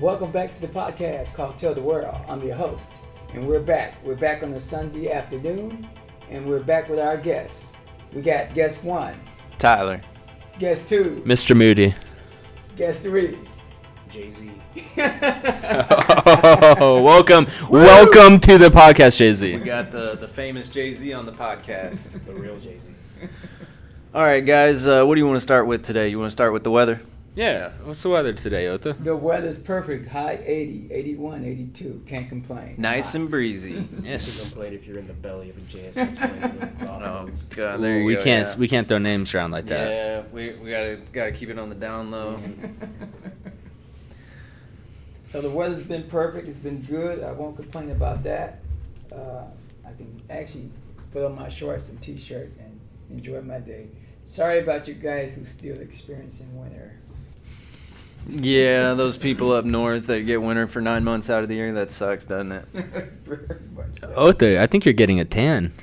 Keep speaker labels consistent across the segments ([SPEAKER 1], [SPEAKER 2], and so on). [SPEAKER 1] Welcome back to the podcast called Tell the World. I'm your host, and we're back. We're back on a Sunday afternoon, and we're back with our guests. We got guest one,
[SPEAKER 2] Tyler.
[SPEAKER 1] guest two,
[SPEAKER 2] Mr. Moody.
[SPEAKER 1] guest three.
[SPEAKER 3] Jay Z.
[SPEAKER 2] Oh, welcome. Welcome to the podcast, Jay
[SPEAKER 4] We
[SPEAKER 2] Z.
[SPEAKER 4] got the, the famous Jay Z on the podcast.
[SPEAKER 3] The real Jay Z.
[SPEAKER 4] All right, guys, uh, what do you want to start with today? You want to start with the weather?
[SPEAKER 2] Yeah, what's the weather today, Ota?
[SPEAKER 1] The weather's perfect. High 80, 81, 82. Can't complain.
[SPEAKER 4] Nice and breezy.
[SPEAKER 2] Yes.
[SPEAKER 3] Complain if you're in the belly of a jazz. Oh,
[SPEAKER 4] Oh God, there you
[SPEAKER 2] We
[SPEAKER 4] go,
[SPEAKER 2] can't
[SPEAKER 4] yeah.
[SPEAKER 2] we can't throw names around like that.
[SPEAKER 4] Yeah, we, we gotta gotta keep it on the down low.
[SPEAKER 1] so the weather's been perfect. It's been good. I won't complain about that. Uh, I can actually put on my shorts and t-shirt and enjoy my day. Sorry about you guys who still experiencing winter.
[SPEAKER 4] Yeah, those people up north that get winter for nine months out of the year, that sucks, doesn't it?
[SPEAKER 1] Very much so.
[SPEAKER 2] Ota, I think you're getting a tan.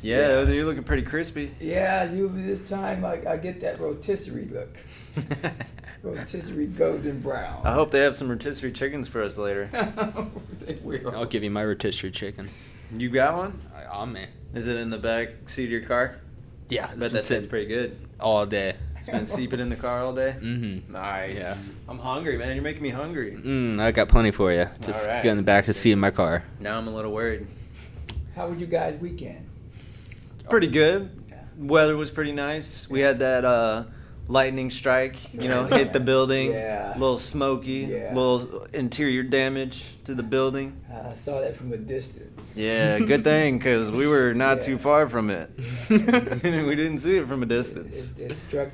[SPEAKER 4] Yeah, you're looking pretty crispy.
[SPEAKER 1] Yeah, usually this time I, I get that rotisserie look. Rotisserie golden brown.
[SPEAKER 4] I hope they have some rotisserie chickens for us later.
[SPEAKER 1] they will.
[SPEAKER 2] I'll give you my rotisserie chicken.
[SPEAKER 4] You got one?
[SPEAKER 2] I, oh man.
[SPEAKER 4] Is it in the back seat of your car? I
[SPEAKER 2] Yeah, it's
[SPEAKER 4] bet
[SPEAKER 2] been
[SPEAKER 4] that tastes
[SPEAKER 2] sitting
[SPEAKER 4] pretty good.
[SPEAKER 2] all day.
[SPEAKER 4] It's been seeping in the car all day.
[SPEAKER 2] Mm-hmm.
[SPEAKER 4] Nice.
[SPEAKER 2] Yeah.
[SPEAKER 4] I'm hungry, man. You're making me hungry.
[SPEAKER 2] Mm, I got plenty for you. Just
[SPEAKER 4] All right.
[SPEAKER 2] get in the back to see in my car.
[SPEAKER 4] Now I'm a little worried.
[SPEAKER 1] How was you guys weekend?
[SPEAKER 4] Pretty good.
[SPEAKER 1] Yeah.
[SPEAKER 4] Weather was pretty nice. We had that uh, lightning strike, you know, hit the building.
[SPEAKER 1] Yeah.
[SPEAKER 4] A little smoky.
[SPEAKER 1] Yeah.
[SPEAKER 4] little interior damage to the building.
[SPEAKER 1] I saw that from a distance.
[SPEAKER 4] Yeah, good thing because we were not
[SPEAKER 1] Yeah.
[SPEAKER 4] too far from it. we didn't see it from a distance.
[SPEAKER 1] It, it struck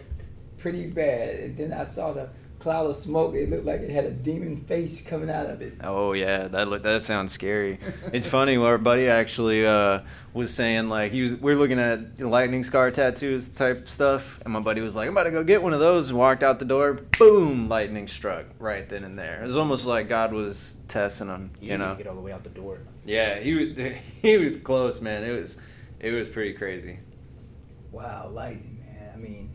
[SPEAKER 1] pretty bad. And then I saw the cloud of smoke. It looked like it had a demon face coming out of it.
[SPEAKER 4] Oh yeah, that look, that sounds scary. It's funny. Our buddy actually uh, was saying like he was. We are looking at lightning scar tattoos type stuff, and my buddy was like, "I'm about to go get one of those." And walked out the door. Boom! Lightning struck right then and there. It was almost like God was testing him.
[SPEAKER 3] You,
[SPEAKER 4] You, know?
[SPEAKER 3] get all the way out the door.
[SPEAKER 4] Yeah, he was. He was close, man. It was. It was pretty crazy.
[SPEAKER 1] Wow, lightning, man. I mean,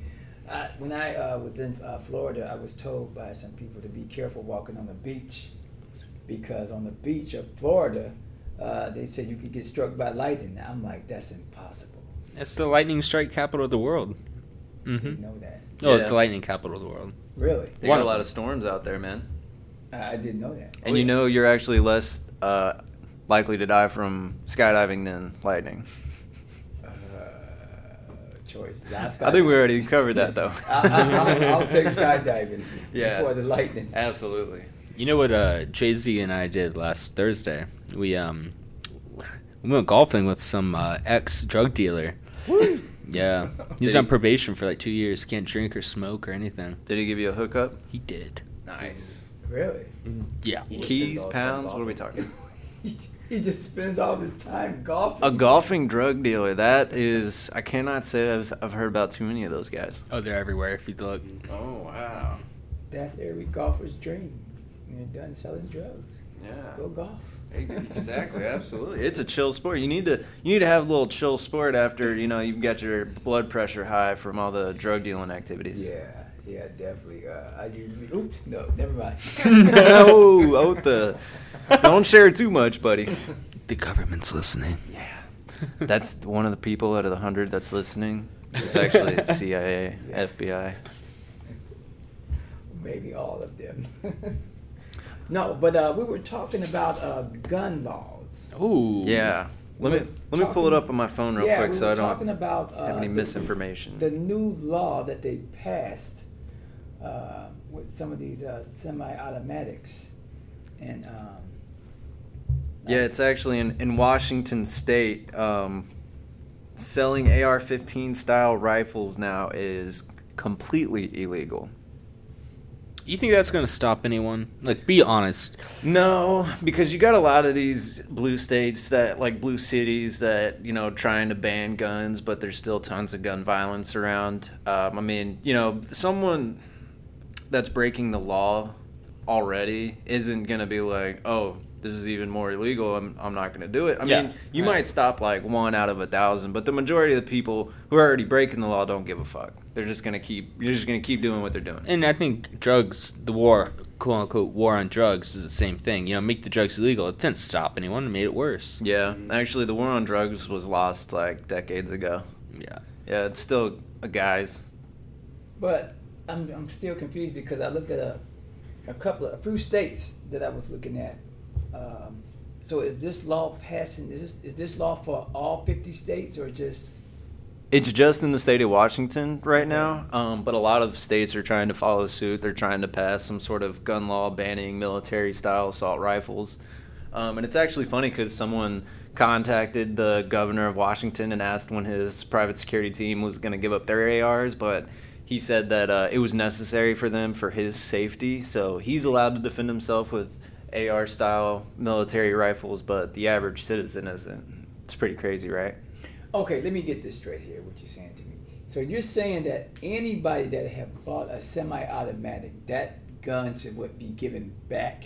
[SPEAKER 1] I, when I uh, was in uh, Florida, I was told by some people to be careful walking on the beach because on the beach of Florida, uh, they said you could get struck by lightning. I'm like, that's impossible.
[SPEAKER 2] It's the lightning strike capital of the world.
[SPEAKER 1] Didn't
[SPEAKER 2] Mm-hmm.
[SPEAKER 1] know that.
[SPEAKER 2] No, it's
[SPEAKER 4] Yeah.
[SPEAKER 2] the lightning capital of the world.
[SPEAKER 1] Really?
[SPEAKER 4] They
[SPEAKER 2] One
[SPEAKER 4] got
[SPEAKER 2] of
[SPEAKER 4] a lot
[SPEAKER 2] them.
[SPEAKER 4] of storms out there, man.
[SPEAKER 1] I I didn't know that.
[SPEAKER 4] And you know, you're actually less uh, likely to die from skydiving than lightning.
[SPEAKER 1] Uh, choice.
[SPEAKER 4] I think we already covered that though.
[SPEAKER 1] I, I, I'll, I'll take skydiving
[SPEAKER 4] Yeah.
[SPEAKER 1] before the lightning.
[SPEAKER 4] Absolutely.
[SPEAKER 2] You know what uh, Jay Z and I did last Thursday? We um we went golfing with some uh, ex drug dealer. Yeah, he's
[SPEAKER 4] Did
[SPEAKER 2] on
[SPEAKER 4] he-
[SPEAKER 2] probation for like two years. Can't drink or smoke or anything.
[SPEAKER 4] Did he give you a hookup?
[SPEAKER 2] He did.
[SPEAKER 4] Nice.
[SPEAKER 1] Really?
[SPEAKER 3] Mm-hmm.
[SPEAKER 2] Yeah.
[SPEAKER 3] He just spends
[SPEAKER 4] Keys,
[SPEAKER 3] all his time
[SPEAKER 4] pounds. What are we
[SPEAKER 3] golfing.
[SPEAKER 4] talking?
[SPEAKER 1] He, he just spends all his time golfing.
[SPEAKER 4] A golfing drug dealer. That is. I cannot say I've, I've heard about too many of those guys.
[SPEAKER 2] Oh, they're everywhere if you look.
[SPEAKER 4] Oh wow.
[SPEAKER 1] That's every golfer's dream. When you're done selling drugs,
[SPEAKER 4] Yeah.
[SPEAKER 1] go golf.
[SPEAKER 4] Ah. Exactly. Absolutely. It's a chill sport. You need to. You need to have a little chill sport after you know you've got your blood pressure high from all the drug dealing activities.
[SPEAKER 1] Yeah, yeah, definitely. Uh, I usually, oops, no, never mind.
[SPEAKER 4] no, oh the. Don't share too much, buddy.
[SPEAKER 2] The government's listening.
[SPEAKER 4] Yeah. That's one of the people out of the hundred that's listening. It's actually CIA,
[SPEAKER 1] Yeah.
[SPEAKER 4] FBI.
[SPEAKER 1] Maybe all of them. no, but uh, we were talking about uh, gun laws.
[SPEAKER 2] Ooh.
[SPEAKER 4] Yeah. Let me let me pull it up on my phone real
[SPEAKER 1] yeah,
[SPEAKER 4] quick
[SPEAKER 1] we
[SPEAKER 4] so
[SPEAKER 1] were
[SPEAKER 4] I don't
[SPEAKER 1] talking about uh,
[SPEAKER 4] have any
[SPEAKER 1] the-
[SPEAKER 4] misinformation.
[SPEAKER 1] the new law that they passed uh, with some of these uh, semi-automatics and um,
[SPEAKER 4] yeah, it's actually in, in Washington State. Um, selling AR-15 style rifles now is completely illegal.
[SPEAKER 2] You think that's gonna stop anyone? Like, be honest.
[SPEAKER 4] No, because you got a lot of these blue states that, like blue cities, that you know trying to ban guns, but there's still tons of gun violence around. Um, I mean, you know, someone that's breaking the law already isn't gonna be like, oh, this is even more illegal. I'm, I'm not going to do it. I
[SPEAKER 2] Yeah,
[SPEAKER 4] mean, you
[SPEAKER 2] right.
[SPEAKER 4] might stop like one out of a thousand, but the majority of the people who are already breaking the law don't give a fuck. They're just going to keep. You're just going to keep doing what they're doing.
[SPEAKER 2] And I think drugs, the war, quote unquote, war on drugs is the same thing. You know, make the drugs illegal. It didn't stop anyone. It made it worse.
[SPEAKER 4] yeah, actually, the war on drugs was lost like decades ago.
[SPEAKER 2] Yeah.
[SPEAKER 4] Yeah, it's still a guys.
[SPEAKER 1] But I'm, I'm still confused because I looked at a, a couple of a few states that I was looking at. Um, so is this law passing? Is this is this law for all 50 states or just?
[SPEAKER 4] It's just in the state of Washington right now, um, but a lot of states are trying to follow suit. They're trying to pass some sort of gun law banning military style assault rifles. Um, and it's actually funny because someone contacted the governor of Washington and asked when his private security team was going to give up their ARs, but he said that uh, it was necessary for them for his safety. So he's allowed to defend himself with AR style military rifles, but the average citizen isn't. It's pretty crazy, right?
[SPEAKER 1] Okay, let me get this straight here. What you're saying to me. So you're saying that anybody that have bought a semi-automatic, that gun should would be given back.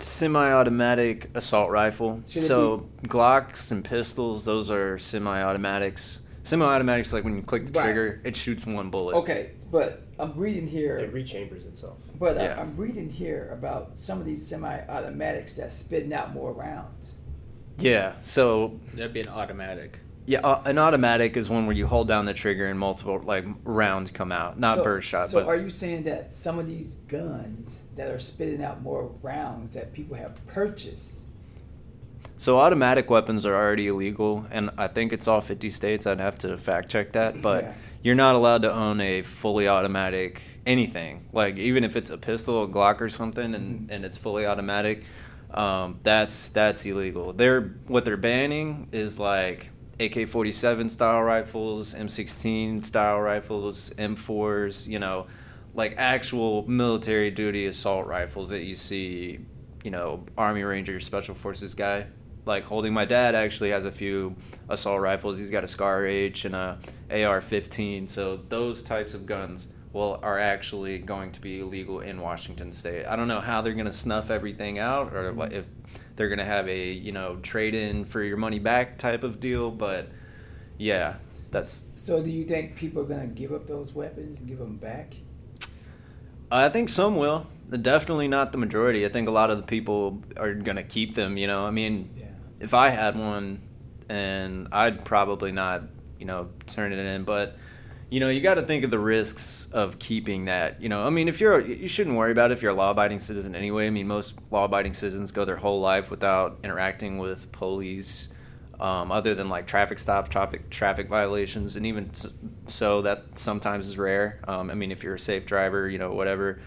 [SPEAKER 4] semi-automatic assault rifle.
[SPEAKER 1] Should it
[SPEAKER 4] so Glocks and pistols, those are semi-automatics. Semi-automatics, like when you click the
[SPEAKER 1] Right.
[SPEAKER 4] trigger, it shoots one bullet.
[SPEAKER 1] Okay, but I'm reading
[SPEAKER 3] It
[SPEAKER 1] here,
[SPEAKER 3] rechambers itself.
[SPEAKER 1] but I-
[SPEAKER 4] Yeah.
[SPEAKER 1] I'm reading here about some of these semi-automatics that's spitting out more rounds.
[SPEAKER 4] Yeah. So
[SPEAKER 2] That'd be an automatic.
[SPEAKER 4] yeah, uh, an automatic is one where you hold down the trigger and multiple like rounds come out, not
[SPEAKER 1] so,
[SPEAKER 4] burst shot.
[SPEAKER 1] So
[SPEAKER 4] but
[SPEAKER 1] are you saying that some of these guns that are spitting out more rounds that people have purchased?
[SPEAKER 4] so automatic weapons are already illegal, and I think it's all 50 states. I'd have to fact check that, but.
[SPEAKER 1] Yeah.
[SPEAKER 4] You're not allowed to own a fully automatic anything. Like even if it's a pistol, a Glock, or something, and, and it's fully automatic, um, that's that's illegal. They're what they're banning is like AK-47 style rifles, M16 style rifles, M4s. You know, like actual military duty assault rifles that you see. You know, Army Ranger, Special Forces guy like holding my dad actually has a few assault rifles he's got a scar h and a ar-15 so those types of guns well are actually going to be illegal in washington state i don't know how they're going to snuff everything out or like if they're going to have a you know trade in for your money back type of deal but yeah that's
[SPEAKER 1] So do you think people are gonna give up those weapons and give them back?
[SPEAKER 4] I think some will. Definitely not the majority. I think a lot of the people are gonna keep them. You know, I mean,
[SPEAKER 1] Yeah.
[SPEAKER 4] if I had one, and I'd probably not, you know, turn it in. But you know, you got to think of the risks of keeping that. You know, I mean, if you're, you shouldn't worry about it if you're a law-abiding citizen anyway. I mean, most law-abiding citizens go their whole life without interacting with police. Um, other than like traffic stops, traffic traffic violations, and even s- so, that sometimes is rare. Um, I mean, if you're a safe driver, you know, whatever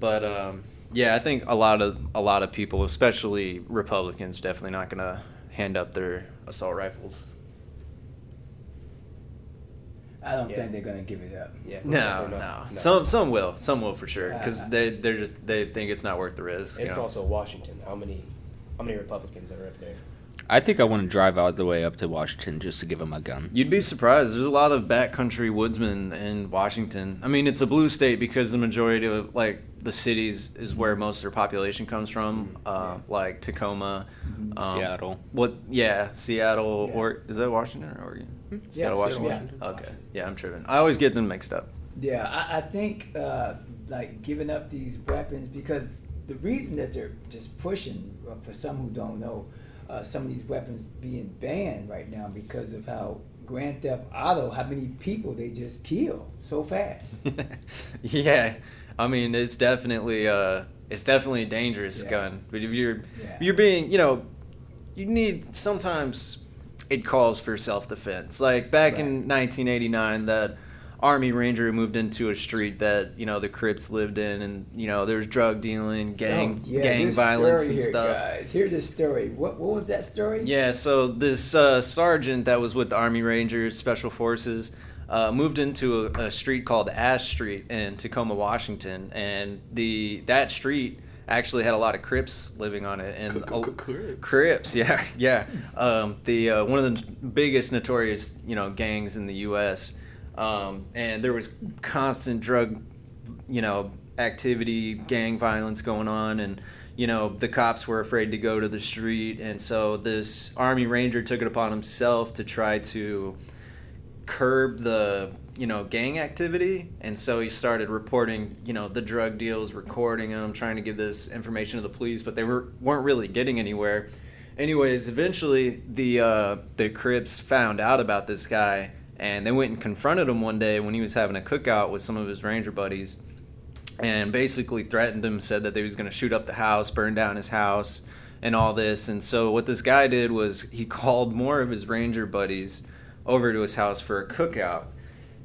[SPEAKER 4] but um, yeah, I think a lot of a lot of people, especially Republicans, definitely not gonna hand up their assault rifles.
[SPEAKER 1] I don't
[SPEAKER 3] Yeah.
[SPEAKER 1] think they're gonna give it up.
[SPEAKER 3] Yeah.
[SPEAKER 4] No, no,
[SPEAKER 3] definitely not.
[SPEAKER 4] Some some will, some will for sure, because
[SPEAKER 1] Uh,
[SPEAKER 4] they they're just they think it's not worth the risk. you
[SPEAKER 3] It's
[SPEAKER 4] know?
[SPEAKER 3] also Washington. How many, how many Republicans are up there?
[SPEAKER 2] I think I want to drive out the way up to Washington just to give him a gun.
[SPEAKER 4] You'd be surprised. There's a lot of backcountry woodsmen in Washington. I mean, it's a blue state because the majority of like the cities is where most of their population comes from, uh, like Tacoma, um,
[SPEAKER 2] Seattle.
[SPEAKER 4] What? Yeah, Seattle
[SPEAKER 1] Yeah.
[SPEAKER 4] or is that Washington or Oregon? Seattle,
[SPEAKER 1] Yeah,
[SPEAKER 4] Washington.
[SPEAKER 1] Washington.
[SPEAKER 4] Okay. Yeah, I'm tripping. I always get them mixed up.
[SPEAKER 1] Yeah, I, I think uh, like giving up these weapons because the reason that they're just pushing uh, for some who don't know uh, some of these weapons being banned right now because of how Grand Theft Auto, how many people they just kill so fast.
[SPEAKER 4] yeah, I mean it's definitely uh, it's definitely a dangerous
[SPEAKER 1] Yeah.
[SPEAKER 4] gun. But if you're
[SPEAKER 1] Yeah.
[SPEAKER 4] you're being you know you need sometimes it calls for self defense. Like back in 1989, that Army Ranger moved into a street that you know the Crips lived in, and you know there's drug dealing, gang
[SPEAKER 1] Oh, yeah,
[SPEAKER 4] gang
[SPEAKER 1] this
[SPEAKER 4] violence
[SPEAKER 1] story
[SPEAKER 4] and
[SPEAKER 1] here,
[SPEAKER 4] stuff.
[SPEAKER 1] Guys. Here's the story. What what was that story?
[SPEAKER 4] Yeah, so this uh, sergeant that was with the Army Rangers Special Forces uh, moved into a, a street called Ash Street in Tacoma, Washington, and the that street actually had a lot of Crips living on it, and a-
[SPEAKER 2] Crips.
[SPEAKER 4] Crips, yeah, yeah. Um, the uh, one of the biggest notorious you know gangs in the U.S. Um, and there was constant drug you know activity, gang violence going on, and you know the cops were afraid to go to the street, and so this army ranger took it upon himself to try to curb the you know gang activity and so he started reporting you know the drug deals recording them trying to give this information to the police but they were weren't really getting anywhere anyways eventually the uh the crips found out about this guy and they went and confronted him one day when he was having a cookout with some of his ranger buddies and basically threatened him, said that they was going to shoot up the house, burn down his house, and all this. And so what this guy did was he called more of his ranger buddies over to his house for a cookout.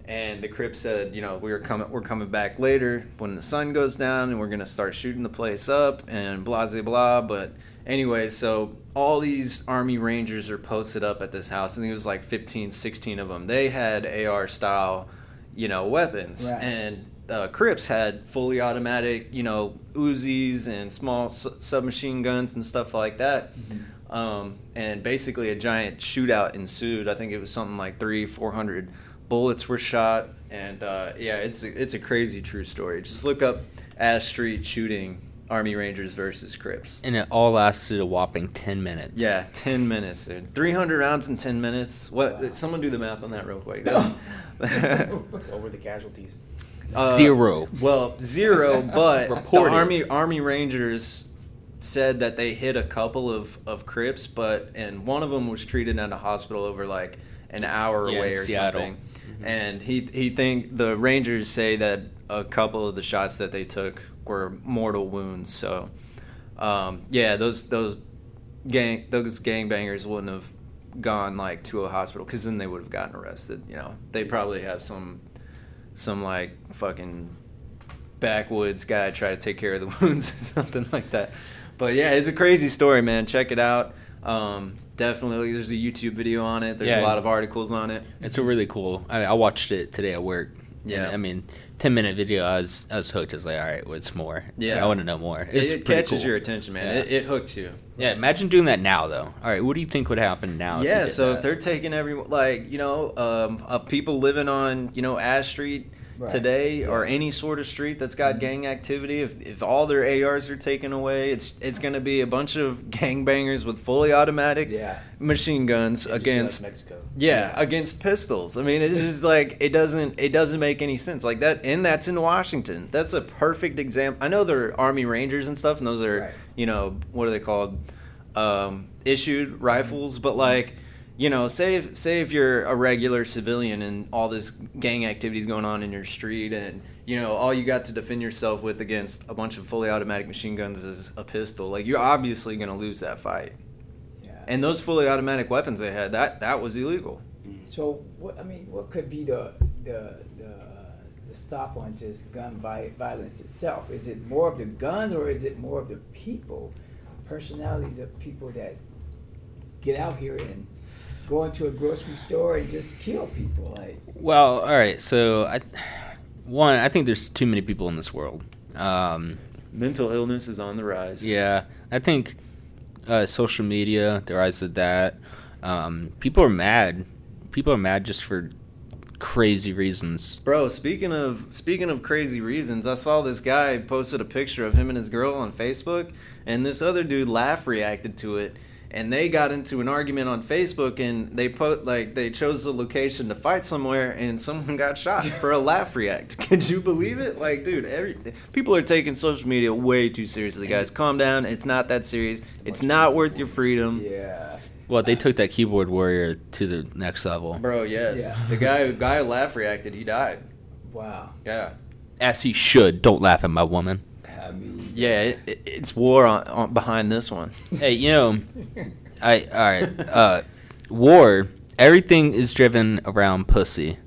[SPEAKER 4] And the Crip said, you know, we were coming, we're coming back later when the sun goes down, and we're gonna start shooting the place up, and blah blah blah. But anyway, so all these army rangers are posted up at this house, and there was like 15, 16 of them. They had AR style, you know, weapons,
[SPEAKER 1] Right.
[SPEAKER 4] and uh, Crips had fully automatic, you know, Uzis and small s- submachine guns and stuff like that. Um, and basically, a giant shootout ensued. I think it was something like three, four hundred bullets were shot. And uh, yeah, it's a, it's a crazy true story. Just look up Ash Street shooting Army Rangers versus Crips.
[SPEAKER 2] And it all lasted a whopping 10 minutes.
[SPEAKER 4] Yeah, ten minutes, dude. Three hundred rounds in ten minutes. What?
[SPEAKER 1] Wow.
[SPEAKER 4] Someone do the math on that real quick. That's-
[SPEAKER 3] What were the casualties?
[SPEAKER 4] Uh,
[SPEAKER 2] Zero.
[SPEAKER 4] Well, zero, but
[SPEAKER 2] Reported.
[SPEAKER 4] the Army Army Rangers said that they hit a couple of of Crips, but and one of them was treated at a hospital over like an hour
[SPEAKER 2] Yeah,
[SPEAKER 4] away
[SPEAKER 2] in
[SPEAKER 4] or
[SPEAKER 2] Seattle.
[SPEAKER 4] something. And he he think the Rangers say that a couple of the shots that they took were mortal wounds. So, um, yeah, those those gang those gangbangers wouldn't have gone like to a hospital because then they would have gotten arrested. You know, they probably have some some like fucking backwoods guy try to take care of the wounds or something like that. But yeah, it's a crazy story, man. Check it out. Um, definitely, there's a YouTube video on it. There's
[SPEAKER 2] Yeah.
[SPEAKER 4] a lot of articles on it.
[SPEAKER 2] It's a really cool. I, I watched it today at work. and,
[SPEAKER 4] Yeah.
[SPEAKER 2] I mean, 10 minute video, I was, I was hooked. I was like, all right, well, it's more.
[SPEAKER 4] Yeah.
[SPEAKER 2] I want to know more. It's
[SPEAKER 4] It, it
[SPEAKER 2] pretty
[SPEAKER 4] catches
[SPEAKER 2] cool.
[SPEAKER 4] your attention, man.
[SPEAKER 2] Yeah.
[SPEAKER 4] It, it hooks you.
[SPEAKER 2] Yeah, imagine doing that now, though. All right, what do you think would happen now?
[SPEAKER 4] yeah,
[SPEAKER 2] you did
[SPEAKER 4] so
[SPEAKER 2] that?
[SPEAKER 4] if they're taking every like you know um, uh, people living on you know Ash Street
[SPEAKER 1] Right. Mm-hmm.
[SPEAKER 4] today or any sort of street that's got gang activity, if, if all their ARs are taken away, it's it's going to be a bunch of gangbangers with fully automatic
[SPEAKER 1] Yeah.
[SPEAKER 4] machine guns
[SPEAKER 3] Just like
[SPEAKER 4] against
[SPEAKER 3] Mexico.
[SPEAKER 4] yeah, against pistols. I mean, it's just like it doesn't it doesn't make any sense like that. And that's in Washington. That's a perfect example. I know they're Army Rangers and stuff, and those are
[SPEAKER 1] Right.
[SPEAKER 4] you know what are they called? Um, issued rifles, but like you know, say if, say if you're a regular civilian and all this gang activity is going on in your street, and you know all you got to defend yourself with against a bunch of fully automatic machine guns is a pistol. Like you're obviously going to lose that fight.
[SPEAKER 1] Yeah.
[SPEAKER 4] And those fully automatic weapons they had, that that was illegal.
[SPEAKER 1] So what I mean, what could be the the the, the stop on just gun vi- violence itself? Is it more of the guns or is it more of the people, personalities of people that get out here and go into a grocery store and just kill people? Like
[SPEAKER 2] Well, all right. So, I, one, I think there's too many people in this world. Um,
[SPEAKER 4] Mental illness is on the rise.
[SPEAKER 2] yeah, I think uh, social media, the rise of that. Um, people are mad. People are mad just for crazy reasons.
[SPEAKER 4] Bro, speaking of speaking of crazy reasons, I saw this guy posted a picture of him and his girl on Facebook, and this other dude laugh reacted to it, and they got into an argument on Facebook, and they put like they chose the location to fight somewhere, and someone got shot for a laugh react. Could you believe it? Like, dude, every people are taking social media way too seriously, guys. Calm down. It's not that serious. It's not worth your
[SPEAKER 3] Mm-hmm.
[SPEAKER 4] freedom.
[SPEAKER 1] yeah,
[SPEAKER 2] Well, they took that keyboard warrior to the next level
[SPEAKER 4] Bro, yes.
[SPEAKER 1] Yeah.
[SPEAKER 4] The guy who guy who laugh reacted, he died.
[SPEAKER 1] wow.
[SPEAKER 4] Yeah.
[SPEAKER 2] as he should. Don't laugh at my woman.
[SPEAKER 1] I mean,
[SPEAKER 4] Yeah, it, it- it's war on, on behind this one.
[SPEAKER 2] Hey, you know, I all right. Uh, war. Everything is driven around pussy.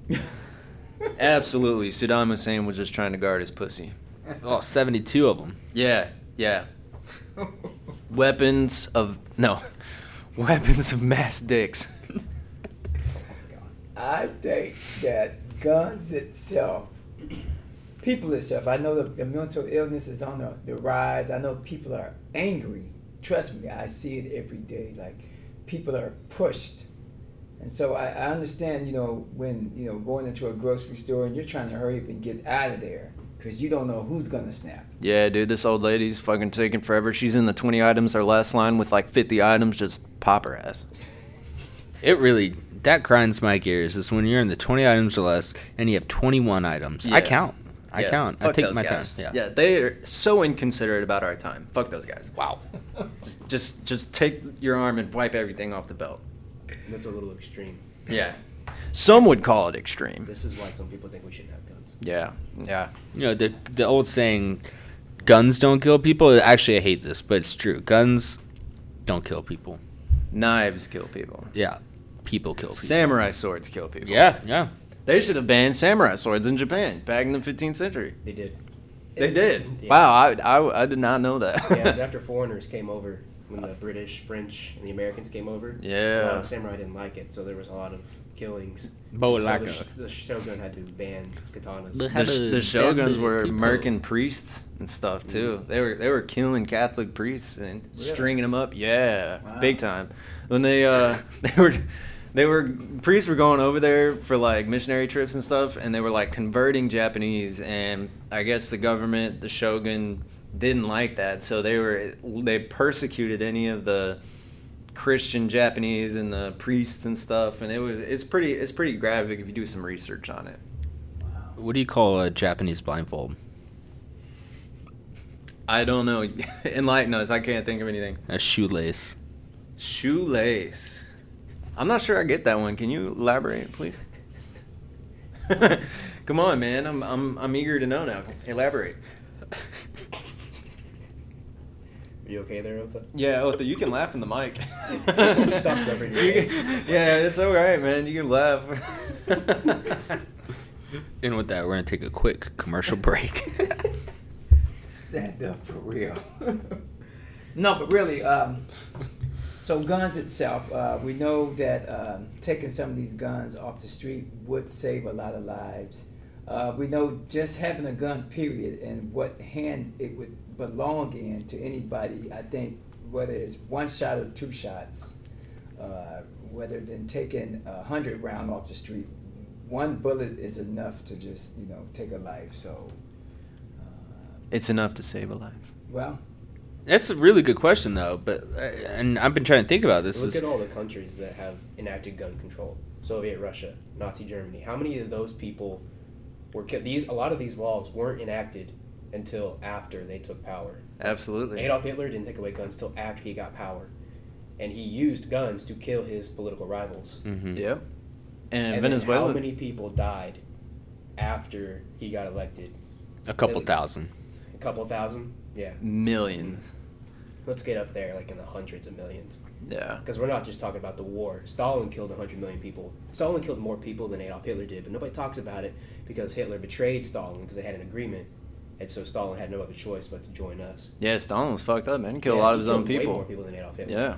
[SPEAKER 4] Absolutely. Saddam Hussein was just trying to guard his pussy.
[SPEAKER 2] Oh, 72 of them.
[SPEAKER 4] Yeah, yeah. Weapons of no. Weapons of mass dicks.
[SPEAKER 1] I think that guns itself, people itself, I know the, the mental illness is on the, the rise. I know people are angry. Trust me, I see it every day. Like, people are pushed. And so I, I understand, you know, when, you know, going into a grocery store and you're trying to hurry up and get out of there because you don't know who's gonna snap.
[SPEAKER 4] Yeah, dude, this old lady's fucking taking forever. She's in the 20 items, her last line with like 50 items, just pop her ass.
[SPEAKER 2] It really that grinds my gears is when you're in the 20 items or less and you have 21 items. I
[SPEAKER 4] Yeah.
[SPEAKER 2] count. I
[SPEAKER 4] Yeah,
[SPEAKER 2] count. I
[SPEAKER 4] fuck
[SPEAKER 2] take
[SPEAKER 4] those
[SPEAKER 2] my
[SPEAKER 4] guys.
[SPEAKER 2] time. Yeah.
[SPEAKER 4] yeah, they are so inconsiderate about our time. Fuck those guys.
[SPEAKER 2] Wow.
[SPEAKER 4] Just, just, just take your arm and wipe everything off the belt.
[SPEAKER 3] That's a little extreme.
[SPEAKER 4] Yeah. Some would call it extreme.
[SPEAKER 3] This is why some people think we shouldn't have guns.
[SPEAKER 4] Yeah, yeah.
[SPEAKER 2] You know the the old saying, "Guns don't kill people." Actually, I hate this, but it's true. Guns don't kill people.
[SPEAKER 4] Knives kill people.
[SPEAKER 2] Yeah, people kill people.
[SPEAKER 4] Samurai swords kill people.
[SPEAKER 2] Yeah, yeah.
[SPEAKER 4] They should have banned samurai swords in Japan back in the 15th century.
[SPEAKER 3] They did.
[SPEAKER 4] They did.
[SPEAKER 3] Yeah.
[SPEAKER 4] Wow, I, I, I did not know that.
[SPEAKER 3] Yeah, it was after foreigners came over when the British, French, and the Americans came over.
[SPEAKER 4] Yeah.
[SPEAKER 3] A lot of samurai didn't like it, so there was a lot of killings.
[SPEAKER 2] Bo
[SPEAKER 3] so
[SPEAKER 2] like
[SPEAKER 3] the,
[SPEAKER 2] a-
[SPEAKER 3] sh- the shogun had to ban katanas.
[SPEAKER 4] the,
[SPEAKER 2] The-
[SPEAKER 4] sh-
[SPEAKER 2] Hello,
[SPEAKER 4] the shoguns were
[SPEAKER 2] people.
[SPEAKER 4] murking priests and stuff too. They were they were killing Catholic priests and
[SPEAKER 1] Mm. Really?
[SPEAKER 4] stringing them up. Yeah,
[SPEAKER 1] Wow.
[SPEAKER 4] big time. When they uh they were they were priests were going over there for like missionary trips and stuff, and they were like converting Japanese. And I guess the government, the shogun, didn't like that, so they were they persecuted any of the Christian Japanese and the priests and stuff. And it was it's pretty it's pretty graphic if you do some research on it.
[SPEAKER 2] What do you call a Japanese blindfold?
[SPEAKER 4] I don't know. Enlighten us. I can't think of anything.
[SPEAKER 2] A shoelace.
[SPEAKER 4] Shoelace. I'm not sure I get that one. Can you elaborate, please? Come on, man. I'm I'm I'm eager to know now. Elaborate.
[SPEAKER 3] Are you okay there, Otha?
[SPEAKER 4] Yeah, Otha, you can laugh in the mic.
[SPEAKER 3] Stop covering your
[SPEAKER 4] You can-
[SPEAKER 3] face.
[SPEAKER 4] Yeah, it's all right, man. You can laugh.
[SPEAKER 2] And with that, we're gonna take a quick commercial break.
[SPEAKER 1] Stand up for real. no, but really, um, so guns itself, uh, we know that um, taking some of these guns off the street would save a lot of lives. Uh, we know just having a gun, period, and what hand it would belong in to anybody, I think, whether it's one shot or two shots, uh, whether than taking a hundred round off the street, one bullet is enough to just, you know, take a life. So, uh,
[SPEAKER 4] it's enough to save a life.
[SPEAKER 1] well,
[SPEAKER 2] That's a really good question, though. But uh, and I've been trying to think about this.
[SPEAKER 3] Look
[SPEAKER 2] is-
[SPEAKER 3] at all the countries that have enacted gun control: Soviet Russia, Nazi Germany. How many of those people were killed? These a lot of these laws weren't enacted until after they took power.
[SPEAKER 4] Absolutely.
[SPEAKER 3] Adolf Hitler didn't take away guns till after he got power, and he used guns to kill his political rivals.
[SPEAKER 2] Mhm.
[SPEAKER 4] Yep. And,
[SPEAKER 3] And then
[SPEAKER 4] Venezuela.
[SPEAKER 3] How many people died after he got elected?
[SPEAKER 2] A couple
[SPEAKER 3] Really?
[SPEAKER 2] thousand.
[SPEAKER 3] A couple thousand? Yeah.
[SPEAKER 4] Millions.
[SPEAKER 3] Let's get up there, like in the hundreds of millions.
[SPEAKER 4] Yeah.
[SPEAKER 3] Because we're not just talking about the war. Stalin killed 100 million people. Stalin killed more people than Adolf Hitler did, but nobody talks about it because Hitler betrayed Stalin because they had an agreement, and so Stalin had no other choice but to join us.
[SPEAKER 4] Yeah, Stalin was fucked up, man. He killed
[SPEAKER 3] Yeah,
[SPEAKER 4] a lot
[SPEAKER 3] he
[SPEAKER 4] of his own
[SPEAKER 3] killed way
[SPEAKER 4] people.
[SPEAKER 3] more people than Adolf Hitler.
[SPEAKER 4] Yeah.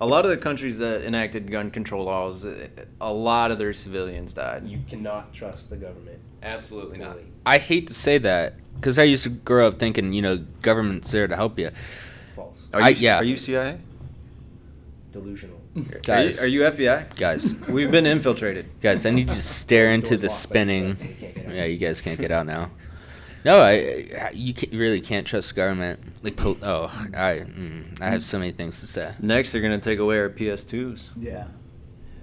[SPEAKER 4] A lot of the countries that enacted gun control laws, eh, a lot of their civilians died.
[SPEAKER 3] You cannot trust the government.
[SPEAKER 4] absolutely
[SPEAKER 3] Really.
[SPEAKER 2] I hate to say that because I used to grow up thinking, you know, government's there to help you.
[SPEAKER 3] False.
[SPEAKER 4] Are you,
[SPEAKER 2] I- yeah.
[SPEAKER 4] are you CIA?
[SPEAKER 3] Delusional.
[SPEAKER 2] Guys.
[SPEAKER 4] Are, you, are you FBI?
[SPEAKER 2] Guys,
[SPEAKER 4] We've been infiltrated.
[SPEAKER 2] guys, I need you to stare into
[SPEAKER 3] Doors
[SPEAKER 2] the
[SPEAKER 3] locked, so
[SPEAKER 2] spinning.
[SPEAKER 3] we can't get out.
[SPEAKER 2] Yeah, you guys can't get out now. No, I, I- you can, really can't trust the government. Like, pol- oh, I, mm, I have so many things to say.
[SPEAKER 4] Next, they're going to take away our PS2s.
[SPEAKER 1] yeah.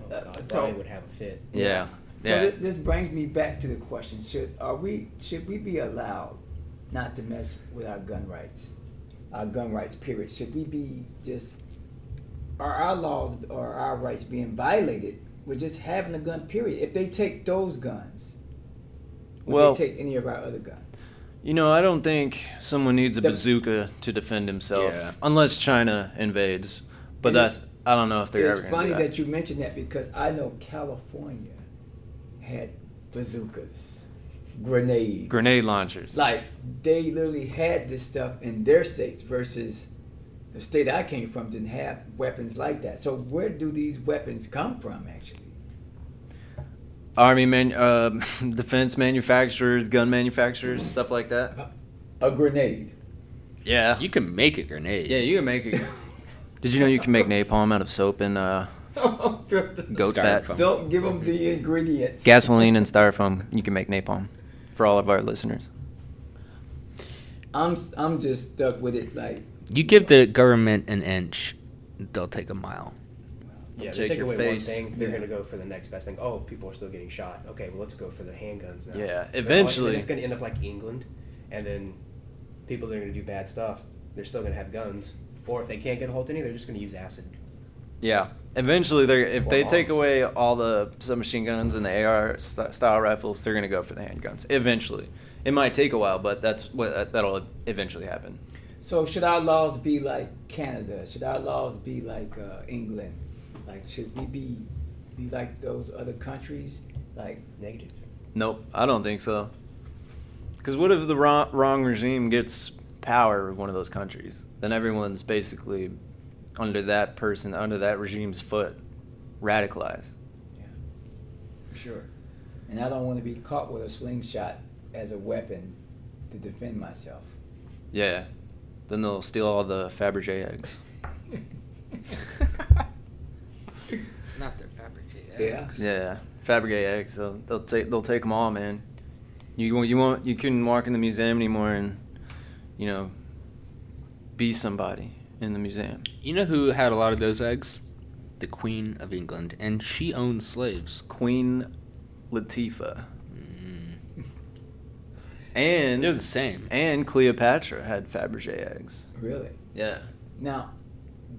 [SPEAKER 3] Oh,
[SPEAKER 1] Uh,
[SPEAKER 3] God,
[SPEAKER 1] so-
[SPEAKER 3] Brian would have a fit.
[SPEAKER 4] Yeah.
[SPEAKER 1] So
[SPEAKER 4] Yeah.
[SPEAKER 1] thi- this brings me back to the question: Should are we should we be allowed not to mess with our gun rights, our gun rights? Period. Should we be just are our laws or our rights being violated? We're just having a gun. Period. If they take those guns, would
[SPEAKER 4] Well-
[SPEAKER 1] they take any of our other guns?
[SPEAKER 4] You know, I don't think someone needs a
[SPEAKER 1] The-
[SPEAKER 4] bazooka to defend himself,
[SPEAKER 2] Yeah.
[SPEAKER 4] unless China invades. But
[SPEAKER 1] And
[SPEAKER 4] that's, I don't know if they're
[SPEAKER 1] It's
[SPEAKER 4] ever going
[SPEAKER 1] funny
[SPEAKER 4] to
[SPEAKER 1] that.
[SPEAKER 4] do that.
[SPEAKER 1] you mentioned that because I know California had bazookas, grenades,
[SPEAKER 4] Grenade launchers.
[SPEAKER 1] like they literally had this stuff in their states versus the state I came from didn't have weapons like that. So where do these weapons come from actually?
[SPEAKER 4] Army man, uh, defense manufacturers, gun manufacturers, stuff like that.
[SPEAKER 1] A grenade.
[SPEAKER 4] Yeah.
[SPEAKER 2] You can make a grenade.
[SPEAKER 4] Yeah, you can make it. Did you know you can make napalm out of soap and uh, goat
[SPEAKER 2] Styrofoam.
[SPEAKER 4] fat,
[SPEAKER 1] Don't give them the ingredients.
[SPEAKER 4] gasoline, and styrofoam? You can make napalm for all of our listeners.
[SPEAKER 1] I'm I'm just stuck with it. Like
[SPEAKER 2] You give the government an inch, they'll take a mile.
[SPEAKER 3] Yeah,
[SPEAKER 4] Take
[SPEAKER 3] they take
[SPEAKER 4] your
[SPEAKER 3] away
[SPEAKER 4] face.
[SPEAKER 3] one thing, they're
[SPEAKER 1] Yeah.
[SPEAKER 3] going to go for the next best thing. Oh, people are still getting shot. Okay, well, let's go for the handguns now.
[SPEAKER 4] Yeah,
[SPEAKER 3] You know, and
[SPEAKER 4] eventually-
[SPEAKER 3] it's going to end up like England, and then people that are going to do bad stuff, they're still going to have guns. Or if they can't get a hold of any, they're just going to use acid.
[SPEAKER 4] Yeah. Eventually, they're if they
[SPEAKER 3] Or
[SPEAKER 4] take
[SPEAKER 3] arms.
[SPEAKER 4] away all the submachine guns and the AR st- style rifles, they're gonna go for the handguns. Eventually, it might take a while, but that's what that'll eventually happen.
[SPEAKER 1] So should our laws be like Canada? Should our laws be like uh, England? Like should we be be like those other countries? Like
[SPEAKER 3] Negative.
[SPEAKER 4] Nope, I don't think so. Because what if the wrong, wrong regime gets power of one of those countries? Then everyone's basically under that person, under that regime's foot, radicalized.
[SPEAKER 3] Sure.
[SPEAKER 1] and I don't want to be caught with a slingshot as a weapon to defend myself.
[SPEAKER 4] Yeah. Then they'll steal all the Fabergé eggs.
[SPEAKER 2] Not their eh? fabricated.
[SPEAKER 1] Yeah.
[SPEAKER 4] Yeah, Fabergé eggs. They'll, they'll take they'll take them all, man. You won't- you won't you couldn't walk in the museum anymore and you know be somebody in the museum.
[SPEAKER 2] You know who had a lot of those eggs? The Queen of England, and she owned slaves.
[SPEAKER 4] Queen Latifah
[SPEAKER 2] Mm.
[SPEAKER 4] and
[SPEAKER 2] They're the same.
[SPEAKER 4] and Cleopatra had Fabergé eggs.
[SPEAKER 1] Really?
[SPEAKER 4] Yeah.
[SPEAKER 1] Now,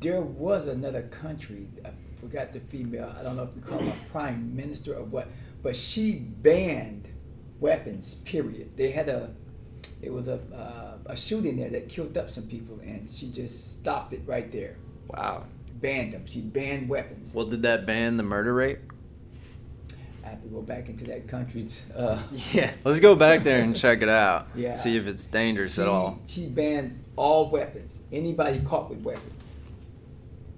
[SPEAKER 1] there was another country. I forgot the female. I don't know if you call her prime minister or what, but she banned weapons. Period. They had a. It was a uh, a shooting there that killed up some people, and she just stopped it right there.
[SPEAKER 4] Wow.
[SPEAKER 1] Banned them. She banned weapons.
[SPEAKER 4] Well, did that ban the murder rate?
[SPEAKER 1] I have to go back into that country's. Uh,
[SPEAKER 4] Yeah. Let's go back there and check it out.
[SPEAKER 1] Yeah.
[SPEAKER 4] See if it's dangerous
[SPEAKER 1] she,
[SPEAKER 4] at all.
[SPEAKER 1] She banned all weapons. Anybody caught with weapons.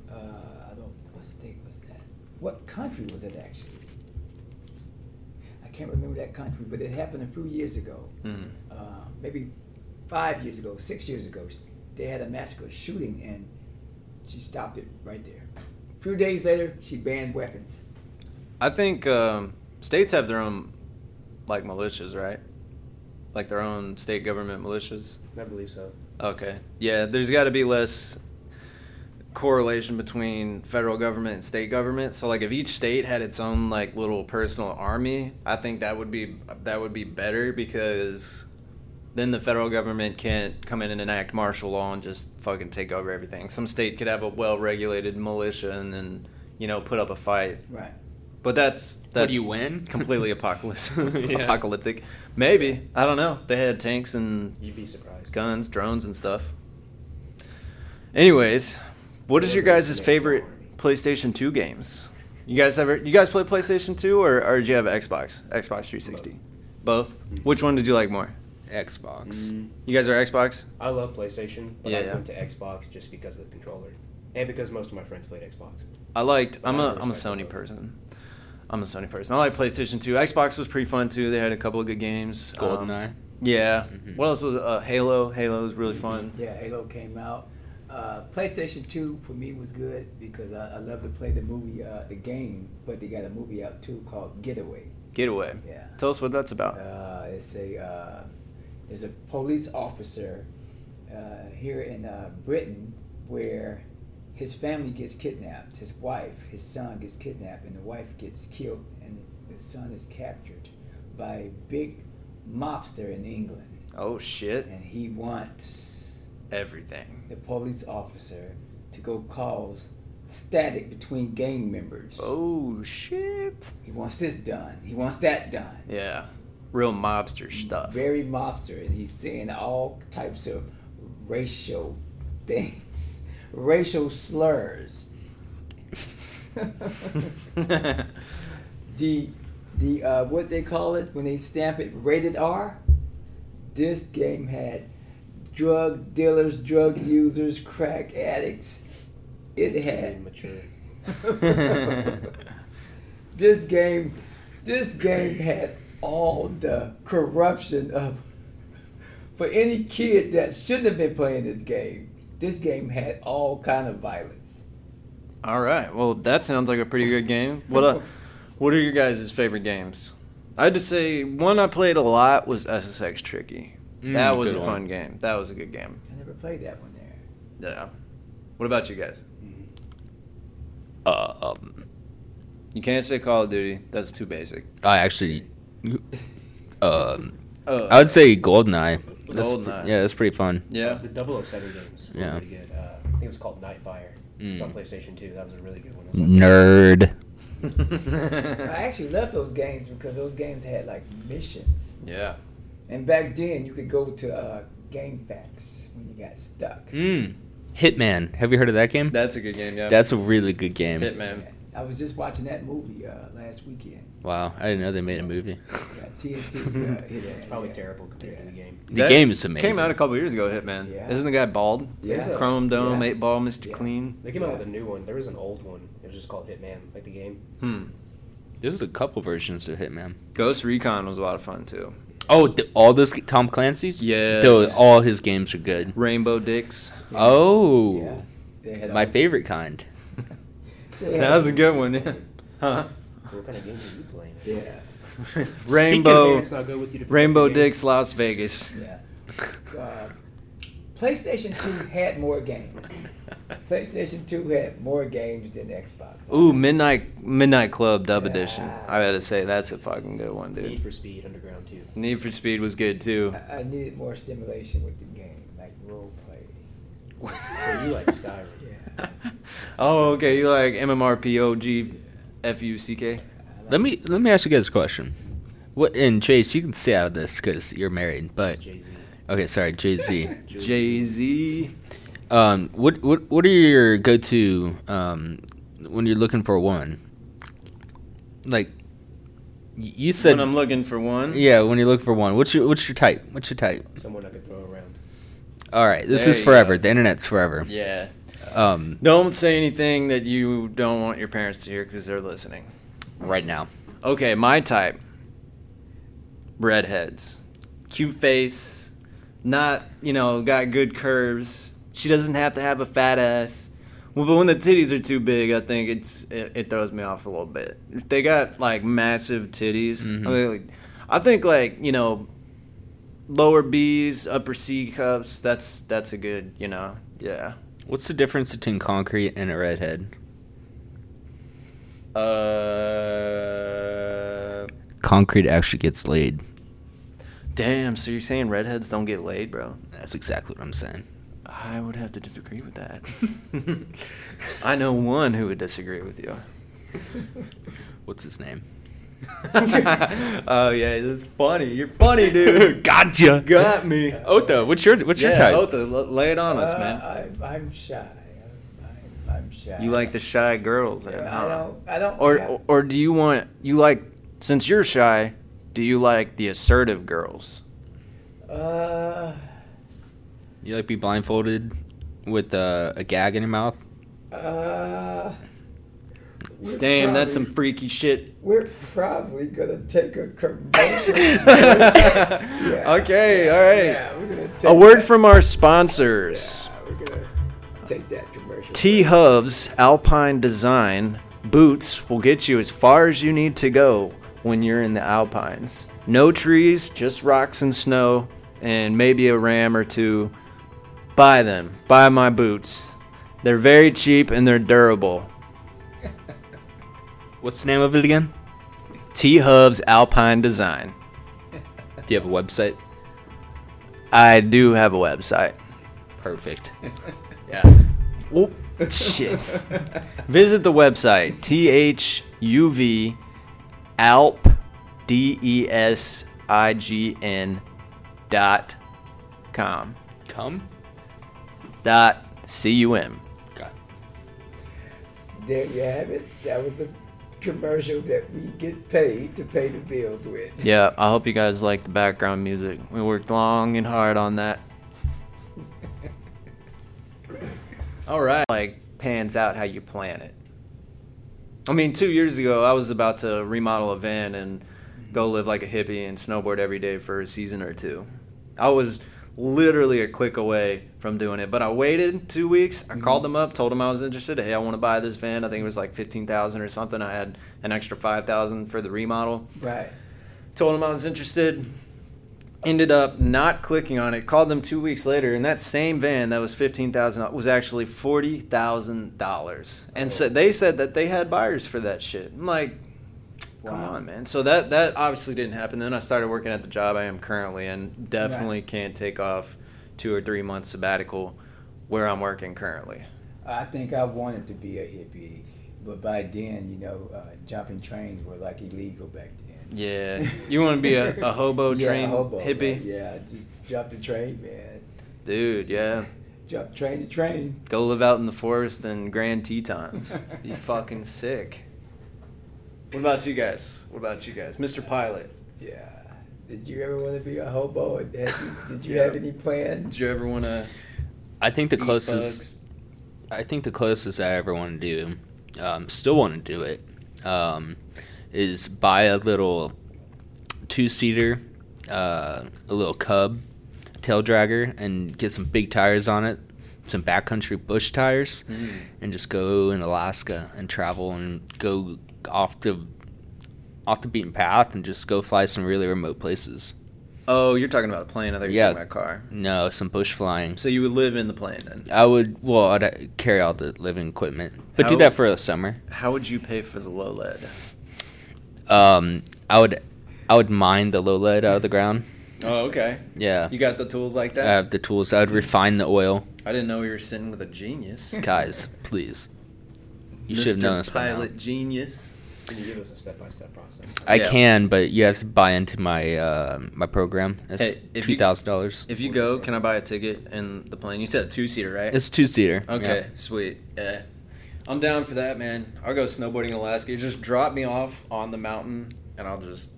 [SPEAKER 1] Uh, I don't. What state was that? What country was it actually? I can't remember that country, but it happened a few years ago.
[SPEAKER 4] Mm.
[SPEAKER 1] Uh, maybe five years ago, six years ago. They had a massacre shooting, and she stopped it right there. A few days later, she banned weapons.
[SPEAKER 4] I think um, states have their own like militias, right? Like their own state government militias.
[SPEAKER 3] I believe so.
[SPEAKER 4] Okay. Yeah, there's got to be less correlation between federal government and state government. So like if each state had its own like little personal army, I think that would be that would be better because then the federal government can't come in and enact martial law and just fucking take over everything. Some state could have a well-regulated militia and then, you know, put up a fight.
[SPEAKER 1] Right.
[SPEAKER 4] But that's that's
[SPEAKER 2] Would you win?
[SPEAKER 4] completely apocalypse
[SPEAKER 2] Yeah.
[SPEAKER 4] apocalyptic. Maybe I don't know. They had tanks and
[SPEAKER 3] You'd be surprised.
[SPEAKER 4] guns, drones, and stuff. Anyways, what is your guys' favorite PlayStation 2 games? You guys ever you guys play PlayStation 2 or, or did you have Xbox? Xbox 360? Both. Which one did you like more?
[SPEAKER 2] Xbox.
[SPEAKER 3] Mm.
[SPEAKER 4] You guys are Xbox?
[SPEAKER 3] I love PlayStation, but
[SPEAKER 4] Yeah,
[SPEAKER 3] I
[SPEAKER 4] yeah.
[SPEAKER 3] went to Xbox just because of the controller. And because most of my friends played Xbox.
[SPEAKER 4] I liked I'm a
[SPEAKER 3] I
[SPEAKER 4] I'm a
[SPEAKER 3] respect
[SPEAKER 4] Sony
[SPEAKER 3] both.
[SPEAKER 4] person. I'm a Sony person. I like PlayStation 2. Xbox was pretty fun too. They had a couple of good games. Um,
[SPEAKER 2] Goldeneye.
[SPEAKER 4] yeah.
[SPEAKER 2] Mhm.
[SPEAKER 4] What else was uh, Halo? Halo was really fun.
[SPEAKER 1] Yeah, Halo came out. Uh, PlayStation 2 for me was good because I, I love to play the movie, uh, the game, but they got a movie out too called Getaway.
[SPEAKER 4] Getaway.
[SPEAKER 1] Yeah.
[SPEAKER 4] Tell us what that's about.
[SPEAKER 1] Uh, it's a, uh, there's a police officer uh, here in uh, Britain where his family gets kidnapped. His wife, his son gets kidnapped, and the wife gets killed, and the son is captured by a big mobster in England.
[SPEAKER 4] Oh shit.
[SPEAKER 1] And he wants
[SPEAKER 4] Everything.
[SPEAKER 1] the police officer to go cause static between gang members.
[SPEAKER 4] Oh shit.
[SPEAKER 1] He wants this done. He wants that done.
[SPEAKER 4] Yeah. Real mobster stuff.
[SPEAKER 1] Very mobster, and he's saying all types of racial things, racial slurs. the the uh, what they call it when they stamp it rated R. This game had drug dealers, drug users, crack addicts. It had
[SPEAKER 3] Immature.
[SPEAKER 1] this game this game had all the corruption of for any kid that shouldn't have been playing this game this game had all kind of violence
[SPEAKER 4] All right. Well, that sounds like a pretty good game. What uh, what are your guys' favorite games? I'd just say one I played a lot was SSX Tricky.
[SPEAKER 2] Mm,
[SPEAKER 4] that was
[SPEAKER 2] good
[SPEAKER 4] a fun
[SPEAKER 2] one.
[SPEAKER 4] game. That was a good game.
[SPEAKER 1] I never played that one there.
[SPEAKER 4] Yeah. What about you guys?
[SPEAKER 3] Mm-hmm.
[SPEAKER 2] Um,
[SPEAKER 4] You can't say Call of Duty. That's too basic.
[SPEAKER 2] I actually, um,
[SPEAKER 4] Uh,
[SPEAKER 2] I would say Goldeneye. That's
[SPEAKER 4] Goldeneye.
[SPEAKER 2] yeah, that's pretty fun.
[SPEAKER 4] Yeah.
[SPEAKER 3] The 007 games were
[SPEAKER 2] Yeah.
[SPEAKER 3] pretty good. Uh, I think it was called Nightfire. It
[SPEAKER 1] Hmm.
[SPEAKER 3] was on
[SPEAKER 2] Mm.
[SPEAKER 3] PlayStation 2. That was a really good one. It was like-
[SPEAKER 2] Nerd.
[SPEAKER 1] I actually loved those games because those games had like missions.
[SPEAKER 4] yeah.
[SPEAKER 1] And back then, you could go to uh, Game Facts when you got stuck.
[SPEAKER 2] Mm. Hitman. Have you heard of that game?
[SPEAKER 4] That's a good game. Yeah.
[SPEAKER 2] That's a really good game.
[SPEAKER 4] Hitman.
[SPEAKER 1] I was just watching that movie uh, last weekend.
[SPEAKER 2] Wow, I didn't know they made a movie.
[SPEAKER 1] Yeah, TNT. Uh, hit
[SPEAKER 3] It's probably
[SPEAKER 1] yeah.
[SPEAKER 3] terrible compared
[SPEAKER 1] Yeah.
[SPEAKER 3] to the game.
[SPEAKER 2] The
[SPEAKER 4] That
[SPEAKER 2] game is amazing.
[SPEAKER 4] Came out a couple years ago. Hitman.
[SPEAKER 1] Yeah.
[SPEAKER 4] Isn't the guy bald?
[SPEAKER 1] Yeah.
[SPEAKER 3] Yeah.
[SPEAKER 4] Chrome Dome,
[SPEAKER 1] Yeah.
[SPEAKER 4] Eight Ball, Mister
[SPEAKER 1] Yeah.
[SPEAKER 4] Clean.
[SPEAKER 3] They came out
[SPEAKER 1] Yeah.
[SPEAKER 3] with a new one. There was an old one. It was just called Hitman, like the game.
[SPEAKER 4] Hmm.
[SPEAKER 2] There's a couple versions of Hitman.
[SPEAKER 4] Ghost Recon was a lot of fun too.
[SPEAKER 2] Oh, th- all those Tom Clancy's.
[SPEAKER 4] Yes.
[SPEAKER 2] Those, all his games are good.
[SPEAKER 4] Rainbow Dicks.
[SPEAKER 2] Oh,
[SPEAKER 1] They had uh,
[SPEAKER 2] my
[SPEAKER 1] all-
[SPEAKER 2] favorite kind.
[SPEAKER 1] they had
[SPEAKER 4] That was
[SPEAKER 1] all-
[SPEAKER 4] a good one. Yeah. Huh?
[SPEAKER 3] So what kind of games are you playing?
[SPEAKER 1] Yeah,
[SPEAKER 4] Rainbow.
[SPEAKER 3] It's not good with you to play
[SPEAKER 4] Rainbow
[SPEAKER 3] the game.
[SPEAKER 4] Dicks, Las Vegas.
[SPEAKER 1] yeah. Uh, PlayStation 2 had more games. PlayStation 2 had more games than Xbox.
[SPEAKER 4] Ooh, Midnight Midnight Club Dub
[SPEAKER 1] Yeah.
[SPEAKER 4] Edition. I gotta say that's a fucking good one,
[SPEAKER 3] Need
[SPEAKER 4] dude.
[SPEAKER 3] for Speed Underground 2.
[SPEAKER 4] Need for Speed was good too.
[SPEAKER 1] I, I needed more stimulation with the game, like role play.
[SPEAKER 3] So you like Skyrim.
[SPEAKER 1] Yeah.
[SPEAKER 4] Oh, okay. You like MMRPOG, FUCK?
[SPEAKER 2] Let me let me ask you guys a question. What and Chase, you can stay out of this because you're married. But
[SPEAKER 3] Jay Z.
[SPEAKER 2] okay, sorry, Jay Z.
[SPEAKER 4] Jay Z.
[SPEAKER 2] um, what what what are your go to um when you're looking for a woman? Like, y- you said,
[SPEAKER 4] When I'm looking for one.
[SPEAKER 2] yeah, when you look for one. What's your what's your type? What's your type?
[SPEAKER 3] Someone I could throw around.
[SPEAKER 2] All right, this
[SPEAKER 4] There
[SPEAKER 2] is
[SPEAKER 4] you
[SPEAKER 2] forever.
[SPEAKER 4] go.
[SPEAKER 2] The internet's forever.
[SPEAKER 4] Yeah.
[SPEAKER 2] Um,
[SPEAKER 4] Don't say anything that you don't want your parents to hear because they're listening.
[SPEAKER 2] right now.
[SPEAKER 4] Okay, my type. Redheads. Cute face. Not, you know, got good curves. She doesn't have to have a fat ass. Well, but when the titties are too big, I think it's it, it throws me off a little bit. If they got like massive titties,
[SPEAKER 2] Mhm.
[SPEAKER 4] I, think, like, I think like you know, lower B's, upper C cups. That's that's a good you know yeah.
[SPEAKER 2] What's the difference between concrete and a redhead?
[SPEAKER 4] Uh,
[SPEAKER 2] Concrete actually gets laid.
[SPEAKER 4] damn. So you're saying redheads don't get laid, bro?
[SPEAKER 2] That's exactly what I'm saying.
[SPEAKER 4] I would have to disagree with that. I know one who would disagree with you.
[SPEAKER 2] What's his name?
[SPEAKER 4] oh yeah, that's funny. You're funny, dude.
[SPEAKER 2] gotcha.
[SPEAKER 4] Got me.
[SPEAKER 2] Otho, what's your what's
[SPEAKER 4] yeah,
[SPEAKER 2] your type?
[SPEAKER 4] Otha, l- lay it on us, man.
[SPEAKER 1] Uh, I, I'm shy. I'm, I'm shy.
[SPEAKER 4] You like the shy girls,
[SPEAKER 1] Yeah,
[SPEAKER 4] then,
[SPEAKER 1] I
[SPEAKER 4] huh?
[SPEAKER 1] don't. I don't.
[SPEAKER 4] Or,
[SPEAKER 1] have-
[SPEAKER 4] or or do you want you like since you're shy, do you like the assertive girls?
[SPEAKER 1] uh,
[SPEAKER 2] You like be blindfolded with uh, a gag in your mouth?
[SPEAKER 1] uh, we're
[SPEAKER 4] Damn, that's
[SPEAKER 1] probably-
[SPEAKER 4] some freaky shit.
[SPEAKER 1] We're probably gonna take a commercial. break. Yeah.
[SPEAKER 4] okay, all right.
[SPEAKER 1] Yeah, we're gonna take
[SPEAKER 4] A word
[SPEAKER 1] that-
[SPEAKER 4] from our sponsors.
[SPEAKER 1] Yeah, we're gonna take that commercial.
[SPEAKER 4] T Hub's Alpine Design boots will get you as far as you need to go when you're in the Alpines. No trees, just rocks and snow, and maybe a ram or two. Buy them. Buy my boots. They're very cheap and they're durable.
[SPEAKER 2] What's the name of it again?
[SPEAKER 4] T Hub's Alpine Design.
[SPEAKER 2] Do you have a website?
[SPEAKER 4] I do have a website.
[SPEAKER 2] Perfect.
[SPEAKER 4] Yeah. Oh, shit. Visit the website T H U V Alp D E S I G N dot com
[SPEAKER 2] Come.
[SPEAKER 4] dot C U M.
[SPEAKER 2] God.
[SPEAKER 1] There you have it. That was the commercial that we get paid to pay the bills with.
[SPEAKER 4] Yeah, I hope you guys like the background music. We worked long and hard on that. All right. Like pans out how you plan it. I mean, two years ago, I was about to remodel a van and go live like a hippie and snowboard every day for a season or two. I was literally a click away from doing it, but I waited two weeks. I called them up, told them I was interested. Hey, I want to buy this van. I think it was like fifteen thousand or something. I had an extra five thousand for the remodel
[SPEAKER 1] Right.
[SPEAKER 4] told him I was interested. ended up not clicking on it. Called them two weeks later, and that same van that was fifteen thousand was actually forty thousand dollars.
[SPEAKER 1] Oh.
[SPEAKER 4] And so they said that they had buyers for that shit. I'm like, come
[SPEAKER 1] Wow.
[SPEAKER 4] on, man. So that that obviously didn't happen. Then I started working at the job I am currently, and definitely can't take off two or three months sabbatical where I'm working currently.
[SPEAKER 1] I think I wanted to be a hippie, but by then, you know, uh, jumping trains were like illegal back then.
[SPEAKER 4] Yeah, you want to be a, a hobo
[SPEAKER 1] Yeah,
[SPEAKER 4] train
[SPEAKER 1] hobo,
[SPEAKER 4] hippie,
[SPEAKER 1] right? Yeah, just jump the train, man.
[SPEAKER 4] dude? Yeah,
[SPEAKER 1] Jump train to train.
[SPEAKER 4] go live out in the forest in Grand Tetons. you fucking sick. What about you guys? What about you guys, Mr. Pilot?
[SPEAKER 1] Yeah. Did you ever want to be a hobo? Had you- Did you
[SPEAKER 4] Yeah.
[SPEAKER 1] have any plans?
[SPEAKER 4] Did you ever want to?
[SPEAKER 2] I think the closest I think the closest I ever want to do, um, still want to do it, um, is buy a little two seater, uh, a little cub tail dragger, and get some big tires on it, some backcountry bush tires,
[SPEAKER 4] Mm-hmm.
[SPEAKER 2] and just go in Alaska and travel and go off the off the beaten path and just go fly some really remote places.
[SPEAKER 4] Oh, you're talking about a plane. I thought you were
[SPEAKER 2] Yeah.
[SPEAKER 4] talking about a car.
[SPEAKER 2] No, some bush flying.
[SPEAKER 4] So you would live in the plane then?
[SPEAKER 2] I would well, I'd uh, carry all the living equipment, but do
[SPEAKER 4] How-
[SPEAKER 2] that for a summer.
[SPEAKER 4] How would you pay for the low lead?
[SPEAKER 2] um, I would I would mine the low lead out of the ground.
[SPEAKER 4] Oh, okay.
[SPEAKER 2] Yeah,
[SPEAKER 4] You got the tools like
[SPEAKER 2] I
[SPEAKER 4] that?
[SPEAKER 2] have the tools. I would refine the oil,
[SPEAKER 4] I didn't know you were sitting with a genius.
[SPEAKER 2] guys. Please, you
[SPEAKER 4] Mr.
[SPEAKER 2] should have known this by now.
[SPEAKER 4] Pilot genius.
[SPEAKER 3] Can you give us a step by step process?
[SPEAKER 2] I
[SPEAKER 4] Yeah.
[SPEAKER 2] can, but you have to buy into my uh, my program. It's
[SPEAKER 4] Hey, if you-
[SPEAKER 2] two thousand dollars.
[SPEAKER 4] If you go, can I buy a ticket in the plane? You said a two seater, right?
[SPEAKER 2] It's two seater.
[SPEAKER 4] Okay, sweet. Yeah. I'm down for that, man. I'll go snowboarding in Alaska. You just drop me off on the mountain, and I'll just.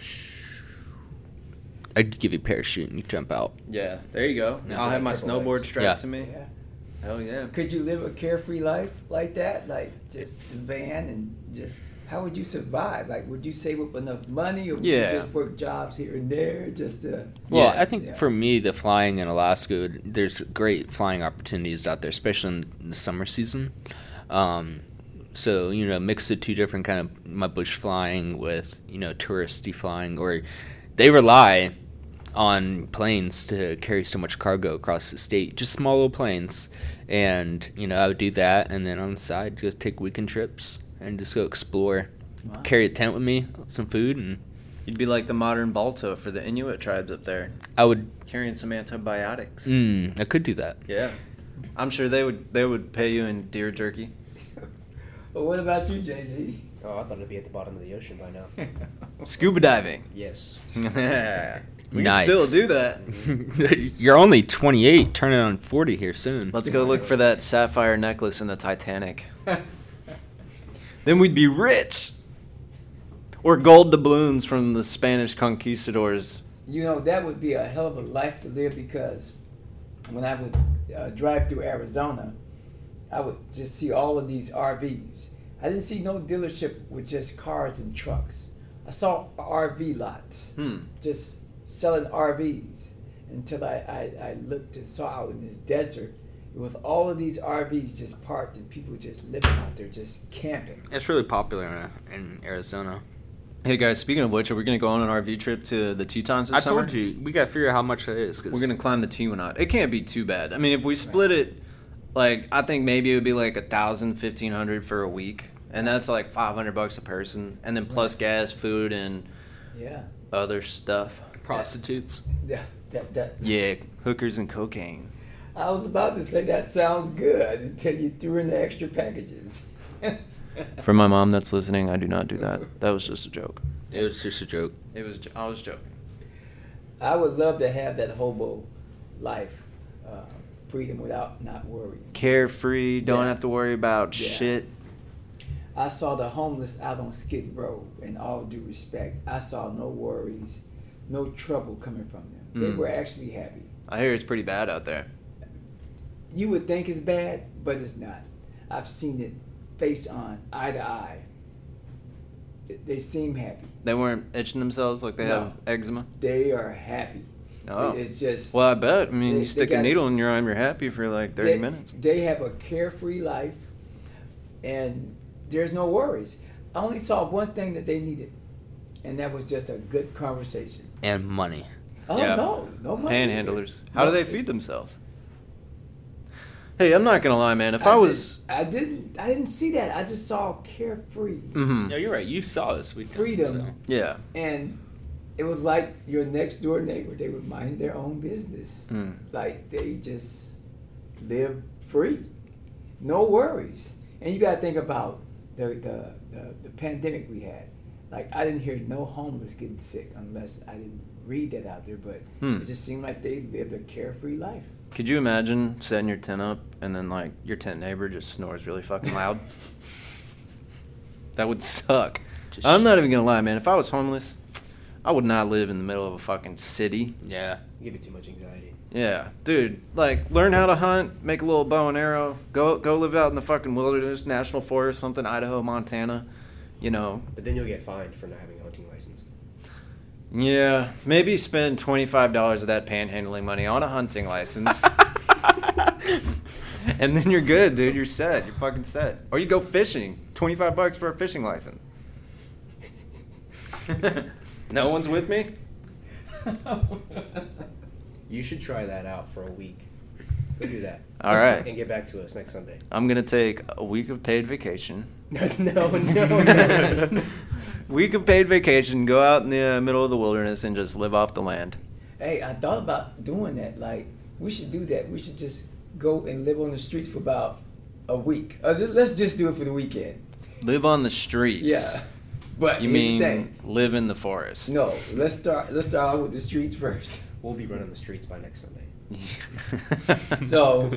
[SPEAKER 2] I'd give you a parachute and you jump out.
[SPEAKER 4] Yeah, there you go.
[SPEAKER 2] Yeah.
[SPEAKER 4] I'll have my snowboard strapped
[SPEAKER 2] Yeah.
[SPEAKER 4] to me.
[SPEAKER 1] Yeah.
[SPEAKER 4] Hell yeah.
[SPEAKER 1] Could you live a carefree life like that? Like just the van and just how would you survive? Like would you save up enough money or would
[SPEAKER 4] Yeah.
[SPEAKER 1] you just work jobs here and there just to
[SPEAKER 2] Well,
[SPEAKER 4] Yeah.
[SPEAKER 2] I think
[SPEAKER 1] Yeah.
[SPEAKER 2] for me, the flying in Alaska, would- there's great flying opportunities out there, especially in the summer season. Um, so you know, mix the two different kind of my bush flying with you know touristy flying, or they rely on planes to carry so much cargo across the state, just small little planes. And you know, I would do that, and then on the side, just take weekend trips and just go explore.
[SPEAKER 1] Wow.
[SPEAKER 2] Carry a tent with me, some food, and
[SPEAKER 4] You'd be like the modern Balto for the Inuit tribes up there,
[SPEAKER 2] I would.
[SPEAKER 4] carrying some antibiotics.
[SPEAKER 2] Mm, I could do that.
[SPEAKER 4] Yeah, I'm sure they would. They would pay you in deer jerky.
[SPEAKER 1] Well, what about you, Jay Z?
[SPEAKER 3] Oh, I thought it'd be at the bottom of the ocean by now.
[SPEAKER 4] Scuba diving.
[SPEAKER 3] Yes.
[SPEAKER 4] we can
[SPEAKER 2] Nice.
[SPEAKER 4] still do that.
[SPEAKER 2] You're only 28, turning on 40 here soon.
[SPEAKER 4] Let's go look for that sapphire necklace in the Titanic. Then we'd be rich. Or gold doubloons from the Spanish conquistadors.
[SPEAKER 1] You know, that would be a hell of a life to live because when I would uh, drive through Arizona, I would just see all of these RVs. I didn't see no dealership with just cars and trucks. I saw RV lots.
[SPEAKER 4] Hmm.
[SPEAKER 1] just selling RVs until I, I, I looked and saw out in this desert with all of these RVs just parked and people just living out there, just camping.
[SPEAKER 2] It's really popular in, in Arizona.
[SPEAKER 4] Hey guys, speaking of which, are we gonna go on an RV trip to the Tetons this
[SPEAKER 2] I
[SPEAKER 4] summer?
[SPEAKER 2] told you, we got to figure out how much that is. Cause
[SPEAKER 4] We're gonna climb the Tiwanat. It can't be too bad. I mean, if we split it, like I think maybe it would be like a thousand, fifteen hundred for a week, and that's like five hundred bucks a person, and then plus gas, food, and
[SPEAKER 1] Yeah.
[SPEAKER 4] other stuff.
[SPEAKER 2] prostitutes.
[SPEAKER 1] Yeah. That, that.
[SPEAKER 4] Yeah, hookers and cocaine.
[SPEAKER 1] I was about to say that sounds good until you threw in the extra packages.
[SPEAKER 4] For my mom that's listening, I do not do that. That was just a joke.
[SPEAKER 2] It was just a joke.
[SPEAKER 4] It was. I was joking.
[SPEAKER 1] I would love to have that hobo life, uh, freedom without not worrying.
[SPEAKER 4] Carefree, don't
[SPEAKER 1] Yeah.
[SPEAKER 4] have to worry about
[SPEAKER 1] Yeah.
[SPEAKER 4] shit.
[SPEAKER 1] I saw the homeless out on Skid Row, in all due respect. I saw no worries, no trouble coming from them. They
[SPEAKER 4] Mm.
[SPEAKER 1] were actually happy.
[SPEAKER 4] I hear it's pretty bad out there.
[SPEAKER 1] You would think it's bad, but it's not. I've seen it face on, eye to eye. Th- They seem happy.
[SPEAKER 4] They weren't itching themselves like they
[SPEAKER 1] No.
[SPEAKER 4] have eczema.
[SPEAKER 1] They are happy.
[SPEAKER 4] Oh.
[SPEAKER 1] It's just
[SPEAKER 4] Well, I bet. I mean,
[SPEAKER 1] They-
[SPEAKER 4] you
[SPEAKER 1] they
[SPEAKER 4] stick a
[SPEAKER 1] got-
[SPEAKER 4] needle in your arm, you're happy for like 30
[SPEAKER 1] they,
[SPEAKER 4] minutes.
[SPEAKER 1] They have a carefree life, and there's no worries. I only saw one thing that they needed, and that was just a good conversation.
[SPEAKER 2] And money.
[SPEAKER 1] Oh
[SPEAKER 4] Yeah.
[SPEAKER 1] no, no money.
[SPEAKER 4] Panhandlers. How do
[SPEAKER 1] No.
[SPEAKER 4] they feed themselves? Hey, I'm not gonna lie, man. If I,
[SPEAKER 1] did-
[SPEAKER 4] was,
[SPEAKER 1] I didn't, I didn't see that. I just saw carefree
[SPEAKER 4] hmm
[SPEAKER 2] No, you're right. You saw this weekend.
[SPEAKER 1] Freedom.
[SPEAKER 2] so.
[SPEAKER 4] yeah,
[SPEAKER 1] and it was like your next door neighbor. They would mind their own business.
[SPEAKER 4] Mm.
[SPEAKER 1] Like they just live free, no worries. And you got to think about the, the the the pandemic we had. Like I didn't hear no homeless getting sick unless I didn't read that out there. But
[SPEAKER 4] Hmm.
[SPEAKER 1] it just seemed like they lived a carefree life.
[SPEAKER 4] Could you imagine setting your tent up and then like your tent neighbor just snores really fucking loud? that would suck.
[SPEAKER 2] Just-
[SPEAKER 4] I'm not even gonna lie, man. If I was homeless, I would not live in the middle of a fucking city.
[SPEAKER 2] Yeah.
[SPEAKER 3] Give it too much anxiety.
[SPEAKER 4] Yeah, dude. Like, learn how to hunt, make a little bow and arrow. Go, go live out in the fucking wilderness, national forest, something, Idaho, Montana. You know,
[SPEAKER 3] But then you'll get fined for not having a hunting license.
[SPEAKER 4] yeah. Maybe spend twenty five dollars of that panhandling money on a hunting license. And then you're good, dude. You're set. You're fucking set. Or you go fishing. 25 bucks for a fishing license. no one's with me?
[SPEAKER 3] You should try that out for a week. Go do that.
[SPEAKER 4] All right.
[SPEAKER 3] And get back to us next Sunday.
[SPEAKER 4] I'm going to take a week of paid vacation.
[SPEAKER 3] No, no, no. no.
[SPEAKER 4] week of paid vacation, go out in the uh, middle of the wilderness and just live off the land.
[SPEAKER 1] Hey, I thought about doing that. Like, we should do that. We should just go and live on the streets for about a week. Uh, just- Let's just do it for the weekend.
[SPEAKER 4] Live on the streets.
[SPEAKER 1] Yeah. But
[SPEAKER 4] You
[SPEAKER 1] here's the
[SPEAKER 4] mean
[SPEAKER 1] thing.
[SPEAKER 4] live in the forest?
[SPEAKER 1] No, let's start. Let's start out with the streets first.
[SPEAKER 3] we'll be running the streets by next Sunday.
[SPEAKER 1] So,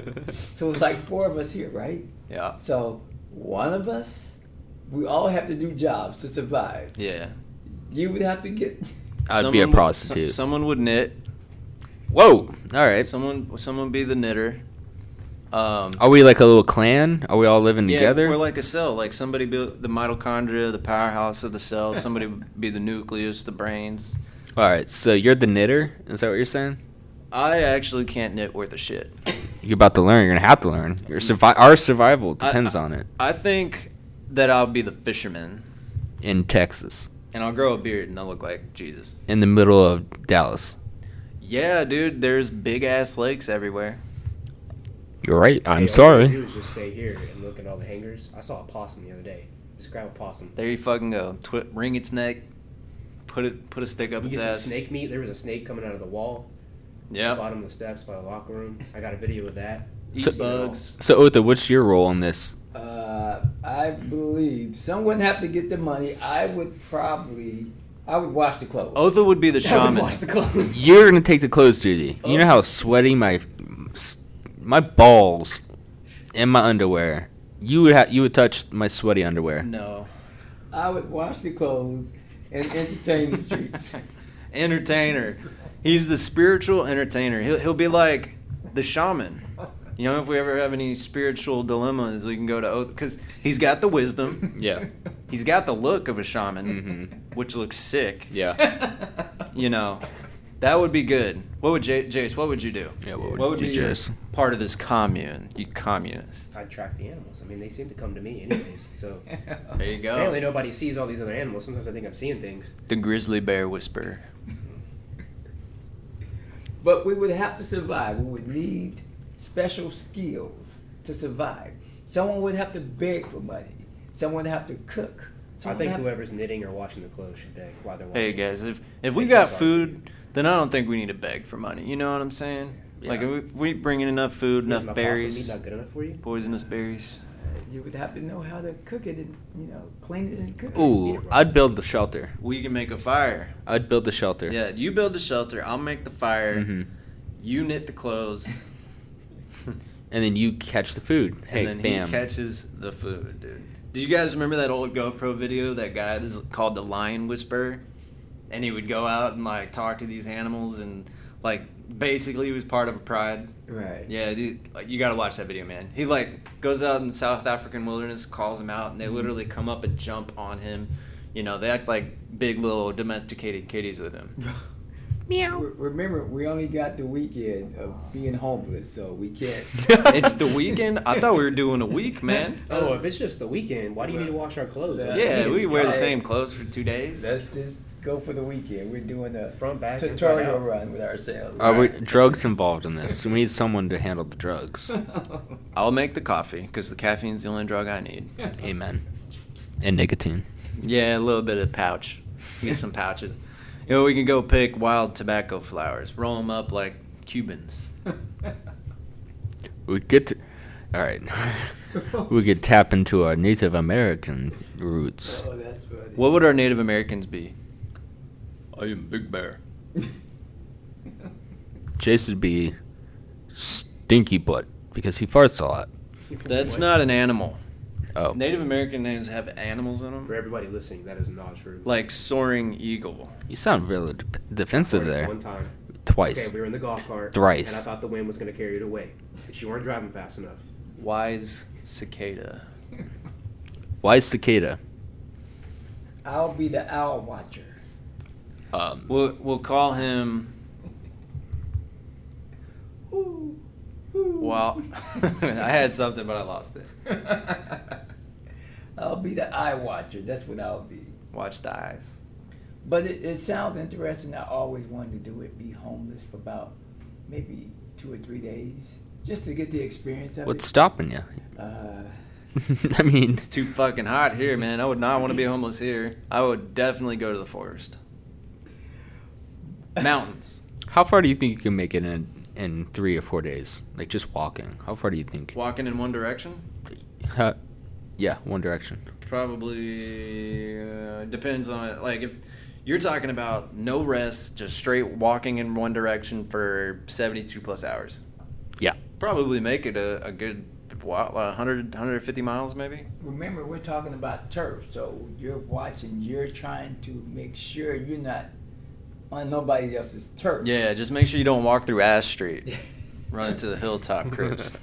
[SPEAKER 1] so it's like four of us here, right?
[SPEAKER 4] Yeah.
[SPEAKER 1] So one of us, we all have to do jobs to survive.
[SPEAKER 4] Yeah.
[SPEAKER 1] You would have to get.
[SPEAKER 2] I'd be a
[SPEAKER 4] Someone would-
[SPEAKER 2] prostitute.
[SPEAKER 4] some- someone would knit.
[SPEAKER 2] Whoa. All right.
[SPEAKER 4] Someone, someone be the knitter. Um,
[SPEAKER 2] Are we like a little clan? Are we all living
[SPEAKER 4] yeah,
[SPEAKER 2] together?
[SPEAKER 4] we're like a cell. Like somebody be the mitochondria, the powerhouse of the cell. Somebody be the nucleus, the brains.
[SPEAKER 2] all right. So you're the knitter. Is that what you're saying?
[SPEAKER 4] I actually can't knit worth a shit.
[SPEAKER 2] You're about to learn. You're gonna have to learn. Your survi- our survival depends on it.
[SPEAKER 4] I think that I'll be the fisherman,
[SPEAKER 2] In Texas,
[SPEAKER 4] and I'll grow a beard, and I'll look like Jesus.
[SPEAKER 2] in the middle of Dallas.
[SPEAKER 4] Yeah, dude. There's big ass lakes everywhere.
[SPEAKER 2] You're right. I'm
[SPEAKER 3] Hey, All you gotta do
[SPEAKER 2] sorry.
[SPEAKER 3] is just stay here and look at all the hangers. I saw a possum the other day. Just grab a possum.
[SPEAKER 4] There you fucking go. Twi- wring its neck. Put it. Put a stick up
[SPEAKER 3] You
[SPEAKER 4] its
[SPEAKER 3] get some
[SPEAKER 4] ass.
[SPEAKER 3] snake meat. There was a snake coming out of the wall,
[SPEAKER 4] Yeah.
[SPEAKER 3] bottom of the steps by the locker room. I got a video of that.
[SPEAKER 4] Eat
[SPEAKER 2] So-
[SPEAKER 4] bugs.
[SPEAKER 2] So Otha, what's your role in this?
[SPEAKER 1] Uh, I believe someone have to get the money. I would probably. I would wash the clothes.
[SPEAKER 4] Otha would be Oh, the
[SPEAKER 3] I would
[SPEAKER 4] shaman.
[SPEAKER 3] wash the clothes.
[SPEAKER 2] You're gonna take the clothes duty. You know how sweaty my my balls and my underwear. You would ha- you would touch my sweaty underwear.
[SPEAKER 4] No.
[SPEAKER 1] I would wash the clothes and entertain the streets.
[SPEAKER 4] entertainer. He's the spiritual entertainer. He'll, he'll be like the shaman. You know, if we ever have any spiritual dilemmas, we can go to Oath because he's got the wisdom.
[SPEAKER 2] Yeah.
[SPEAKER 4] He's got the look of a shaman, which looks sick.
[SPEAKER 2] Mm-hmm. Yeah.
[SPEAKER 4] You know, that would be good. What would J- Jace? What would you do?
[SPEAKER 2] Yeah, what would you
[SPEAKER 4] be
[SPEAKER 2] do,
[SPEAKER 4] your
[SPEAKER 2] Jace?
[SPEAKER 4] part of this commune? You communist.
[SPEAKER 3] I track the animals. I mean, they seem to come to me anyways. So
[SPEAKER 4] There you go.
[SPEAKER 3] apparently nobody sees all these other animals. Sometimes I think I'm seeing things.
[SPEAKER 4] The grizzly bear whisperer.
[SPEAKER 1] But we would have to survive. We would need special skills to survive. Someone would have to beg for money. Someone would have to cook.
[SPEAKER 3] I
[SPEAKER 1] Someone
[SPEAKER 3] think
[SPEAKER 1] have-
[SPEAKER 3] whoever's knitting or washing the clothes should beg while they're
[SPEAKER 4] Hey
[SPEAKER 3] washing.
[SPEAKER 4] guys, if if we
[SPEAKER 3] It
[SPEAKER 4] got
[SPEAKER 3] feels like-
[SPEAKER 4] food, then I don't think we need to beg for money. You know what I'm saying? Like if
[SPEAKER 2] Yeah.
[SPEAKER 4] we, if we bring in enough food,
[SPEAKER 3] Is my
[SPEAKER 4] enough
[SPEAKER 3] possum meat
[SPEAKER 4] berries,
[SPEAKER 3] Not good enough for you.
[SPEAKER 4] poisonous berries.
[SPEAKER 1] you would have to know how to cook it and you know clean it and cook it.
[SPEAKER 2] Ooh, I'd build the shelter.
[SPEAKER 4] We can make a fire.
[SPEAKER 2] I'd build the shelter.
[SPEAKER 4] Yeah, you build the shelter. I'll make the fire.
[SPEAKER 2] hmm
[SPEAKER 4] You knit the clothes,
[SPEAKER 2] And then you catch the food. Hey,
[SPEAKER 4] and then
[SPEAKER 2] bam.
[SPEAKER 4] he catches the food, dude. Do you guys remember that old GoPro video? That guy that's called the Lion Whisperer, and he would go out and like talk to these animals, and like basically he was part of a pride.
[SPEAKER 1] Right.
[SPEAKER 4] Yeah, the, like, you gotta watch that video, man. He like goes out in the South African wilderness, calls him out, and
[SPEAKER 1] Mm-hmm.
[SPEAKER 4] they literally come up and jump on him. You know, they act like big little domesticated kitties with him.
[SPEAKER 1] Re- Remember, we only got the weekend of being homeless, so we can't.
[SPEAKER 4] it's the weekend. I thought we were doing a week, man.
[SPEAKER 3] Oh, if it's just the weekend, why do you need to wash our clothes?
[SPEAKER 1] Oh, Yeah.
[SPEAKER 4] Yeah, we wear the
[SPEAKER 1] Right.
[SPEAKER 4] same clothes for two days.
[SPEAKER 1] Let's just go for the weekend. We're doing a
[SPEAKER 3] Front, back, inside,
[SPEAKER 1] tutorial
[SPEAKER 3] out.
[SPEAKER 1] run with ourselves.
[SPEAKER 2] Are we
[SPEAKER 1] right?
[SPEAKER 2] drugs involved in this? We need someone to handle the drugs.
[SPEAKER 3] Oh,
[SPEAKER 4] I'll make the coffee because the caffeine's the only drug I need.
[SPEAKER 2] Amen. And nicotine.
[SPEAKER 4] Yeah, a little bit of pouch. Get some pouches. You know, we can go pick wild tobacco flowers, roll them up like Cubans.
[SPEAKER 2] We get to. All right. we could tap into our Native American roots.
[SPEAKER 1] Oh, that's funny.
[SPEAKER 4] What would our Native Americans be? I am Big Bear.
[SPEAKER 2] Chase would be stinky butt because he farts a lot.
[SPEAKER 4] That's not an animal.
[SPEAKER 2] Oh.
[SPEAKER 4] Native American names have animals in
[SPEAKER 3] For
[SPEAKER 4] them,
[SPEAKER 3] everybody listening, that is not true.
[SPEAKER 4] like soaring eagle.
[SPEAKER 2] You sound really d- defensive there.
[SPEAKER 3] One time.
[SPEAKER 2] Twice.
[SPEAKER 3] Okay, we were in the golf cart.
[SPEAKER 2] Thrice.
[SPEAKER 3] And I thought the wind was going to carry it away. But you weren't driving fast enough.
[SPEAKER 4] Wise cicada.
[SPEAKER 2] Why is cicada?
[SPEAKER 1] I'll be the owl watcher.
[SPEAKER 2] Um,
[SPEAKER 4] We'll we'll call him
[SPEAKER 1] Ooh, ooh.
[SPEAKER 4] Wow. I had something but I lost it.
[SPEAKER 1] I'll be the eye watcher. That's what I'll be.
[SPEAKER 4] Watch the eyes.
[SPEAKER 1] But it, it sounds interesting. I always wanted to do it. Be homeless for about maybe two or three days, just to get the experience of
[SPEAKER 2] what's stopping you?
[SPEAKER 1] it. Uh,
[SPEAKER 2] I mean,
[SPEAKER 4] It's too fucking hot here, man. I would not want to be homeless here. I would definitely go to the forest. Mountains.
[SPEAKER 2] how far do you think you can make it in in three or four days? Like just walking. How far do you think?
[SPEAKER 4] Walking in one direction?
[SPEAKER 2] Huh? yeah, One Direction.
[SPEAKER 4] Probably uh, depends on it. Like if you're talking about no rest, just straight walking in one direction for 72 plus hours.
[SPEAKER 2] Yeah.
[SPEAKER 4] Probably make it a, a good wa- 100 150 miles maybe.
[SPEAKER 1] remember, we're talking about turf, so you're watching. You're trying to make sure you're not on nobody else's turf.
[SPEAKER 4] Yeah, just make sure you don't walk through Ash Street. Run into the hilltop crips.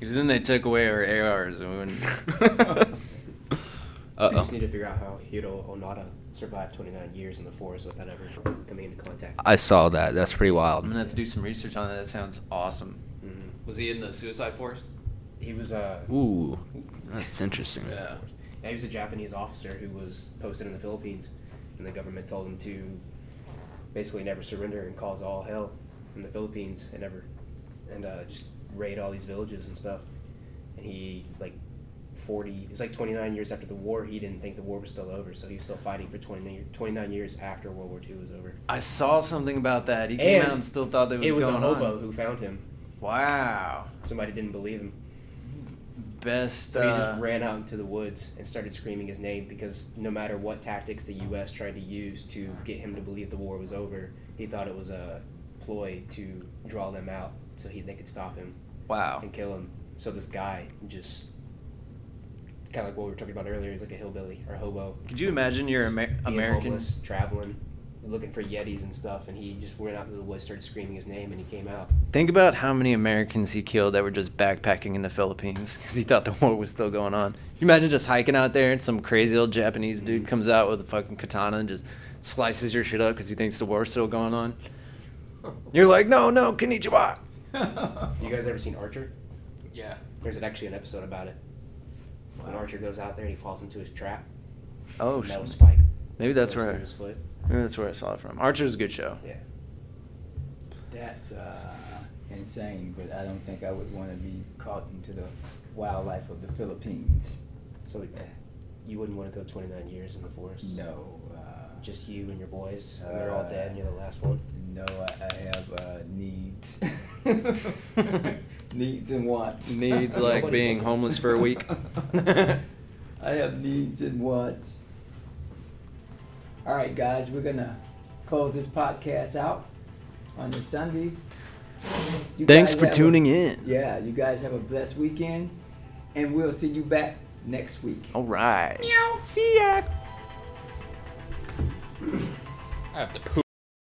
[SPEAKER 4] Because then they took away our ARs and we wouldn't.
[SPEAKER 2] Uh
[SPEAKER 3] I just
[SPEAKER 2] oh.
[SPEAKER 3] need to figure out how Hiro Onada survived 29 years in the forest without ever coming into contact.
[SPEAKER 2] I saw that. That's pretty
[SPEAKER 4] I'm
[SPEAKER 2] wild.
[SPEAKER 4] gonna have to do some research on that. That sounds awesome.
[SPEAKER 3] Mhm.
[SPEAKER 4] Mm-hmm. Was he in the Suicide Force?
[SPEAKER 3] He was uh, a.
[SPEAKER 2] Ooh, that's interesting.
[SPEAKER 4] Yeah.
[SPEAKER 3] Yeah, he was a Japanese officer who was posted in the Philippines, and the government told him to basically never surrender and cause all hell in the Philippines and never and uh, just raid all these villages and stuff. And he like forty, it's like twenty nine years after the war. He didn't think the war was still over, so he was still fighting for 29, 29 years after World War II was over.
[SPEAKER 4] I saw something about that. He came
[SPEAKER 3] And
[SPEAKER 4] out and still thought that was,
[SPEAKER 3] it was a
[SPEAKER 4] going
[SPEAKER 3] hobo
[SPEAKER 4] on.
[SPEAKER 3] who found him.
[SPEAKER 4] Wow.
[SPEAKER 3] Somebody didn't believe him.
[SPEAKER 4] Best.
[SPEAKER 3] So he
[SPEAKER 4] uh,
[SPEAKER 3] just ran out into the woods and started screaming his name because no matter what tactics the U.S. tried to use to get him to believe the war was over, he thought it was a ploy to draw them out so he, they could stop him
[SPEAKER 4] wow.
[SPEAKER 3] and kill him. So this guy just kind of like what we were talking about earlier, like a hillbilly or hobo,
[SPEAKER 4] Could you imagine you're
[SPEAKER 3] Just
[SPEAKER 4] Amer-
[SPEAKER 3] being
[SPEAKER 4] American?
[SPEAKER 3] homeless, traveling, looking for yetis and stuff, and he just ran out into the woods, started screaming his name, and he came out.
[SPEAKER 4] Think about how many Americans he killed that were just backpacking in the Philippines because he thought the war was still going on. You imagine just hiking out there and some crazy old Japanese
[SPEAKER 3] Mm-hmm.
[SPEAKER 4] dude comes out with a fucking katana and just slices your shit up because he thinks the war's still going on. You're like, no, no, konnichiwa.
[SPEAKER 3] You guys ever seen Archer?
[SPEAKER 4] Yeah.
[SPEAKER 3] There's actually an episode about it. When Archer goes out there and he falls into his trap.
[SPEAKER 4] Oh, shit.
[SPEAKER 3] It's a metal spike.
[SPEAKER 4] maybe that's
[SPEAKER 3] goes through
[SPEAKER 4] where
[SPEAKER 3] His foot.
[SPEAKER 4] maybe that's where I saw it from. Archer's a good show.
[SPEAKER 3] Yeah.
[SPEAKER 1] That's uh, insane, but I don't think I would want to be caught into the wildlife of the Philippines.
[SPEAKER 3] So like, you wouldn't want to go 29 years in the forest.
[SPEAKER 1] No, uh,
[SPEAKER 3] Just you and your boys. And they're all dead, and you're the last one.
[SPEAKER 1] no, I, I have uh, needs, needs and wants.
[SPEAKER 4] Needs like
[SPEAKER 3] Nobody-
[SPEAKER 4] being homeless for a week.
[SPEAKER 1] I have needs and wants. All right, guys, we're gonna close this podcast out on this Sunday. You
[SPEAKER 4] Thanks
[SPEAKER 1] guys
[SPEAKER 4] for
[SPEAKER 1] have a-
[SPEAKER 4] tuning in.
[SPEAKER 1] Yeah, you guys have a blessed weekend, and we'll see you back next week.
[SPEAKER 4] All right.
[SPEAKER 2] I have to poop.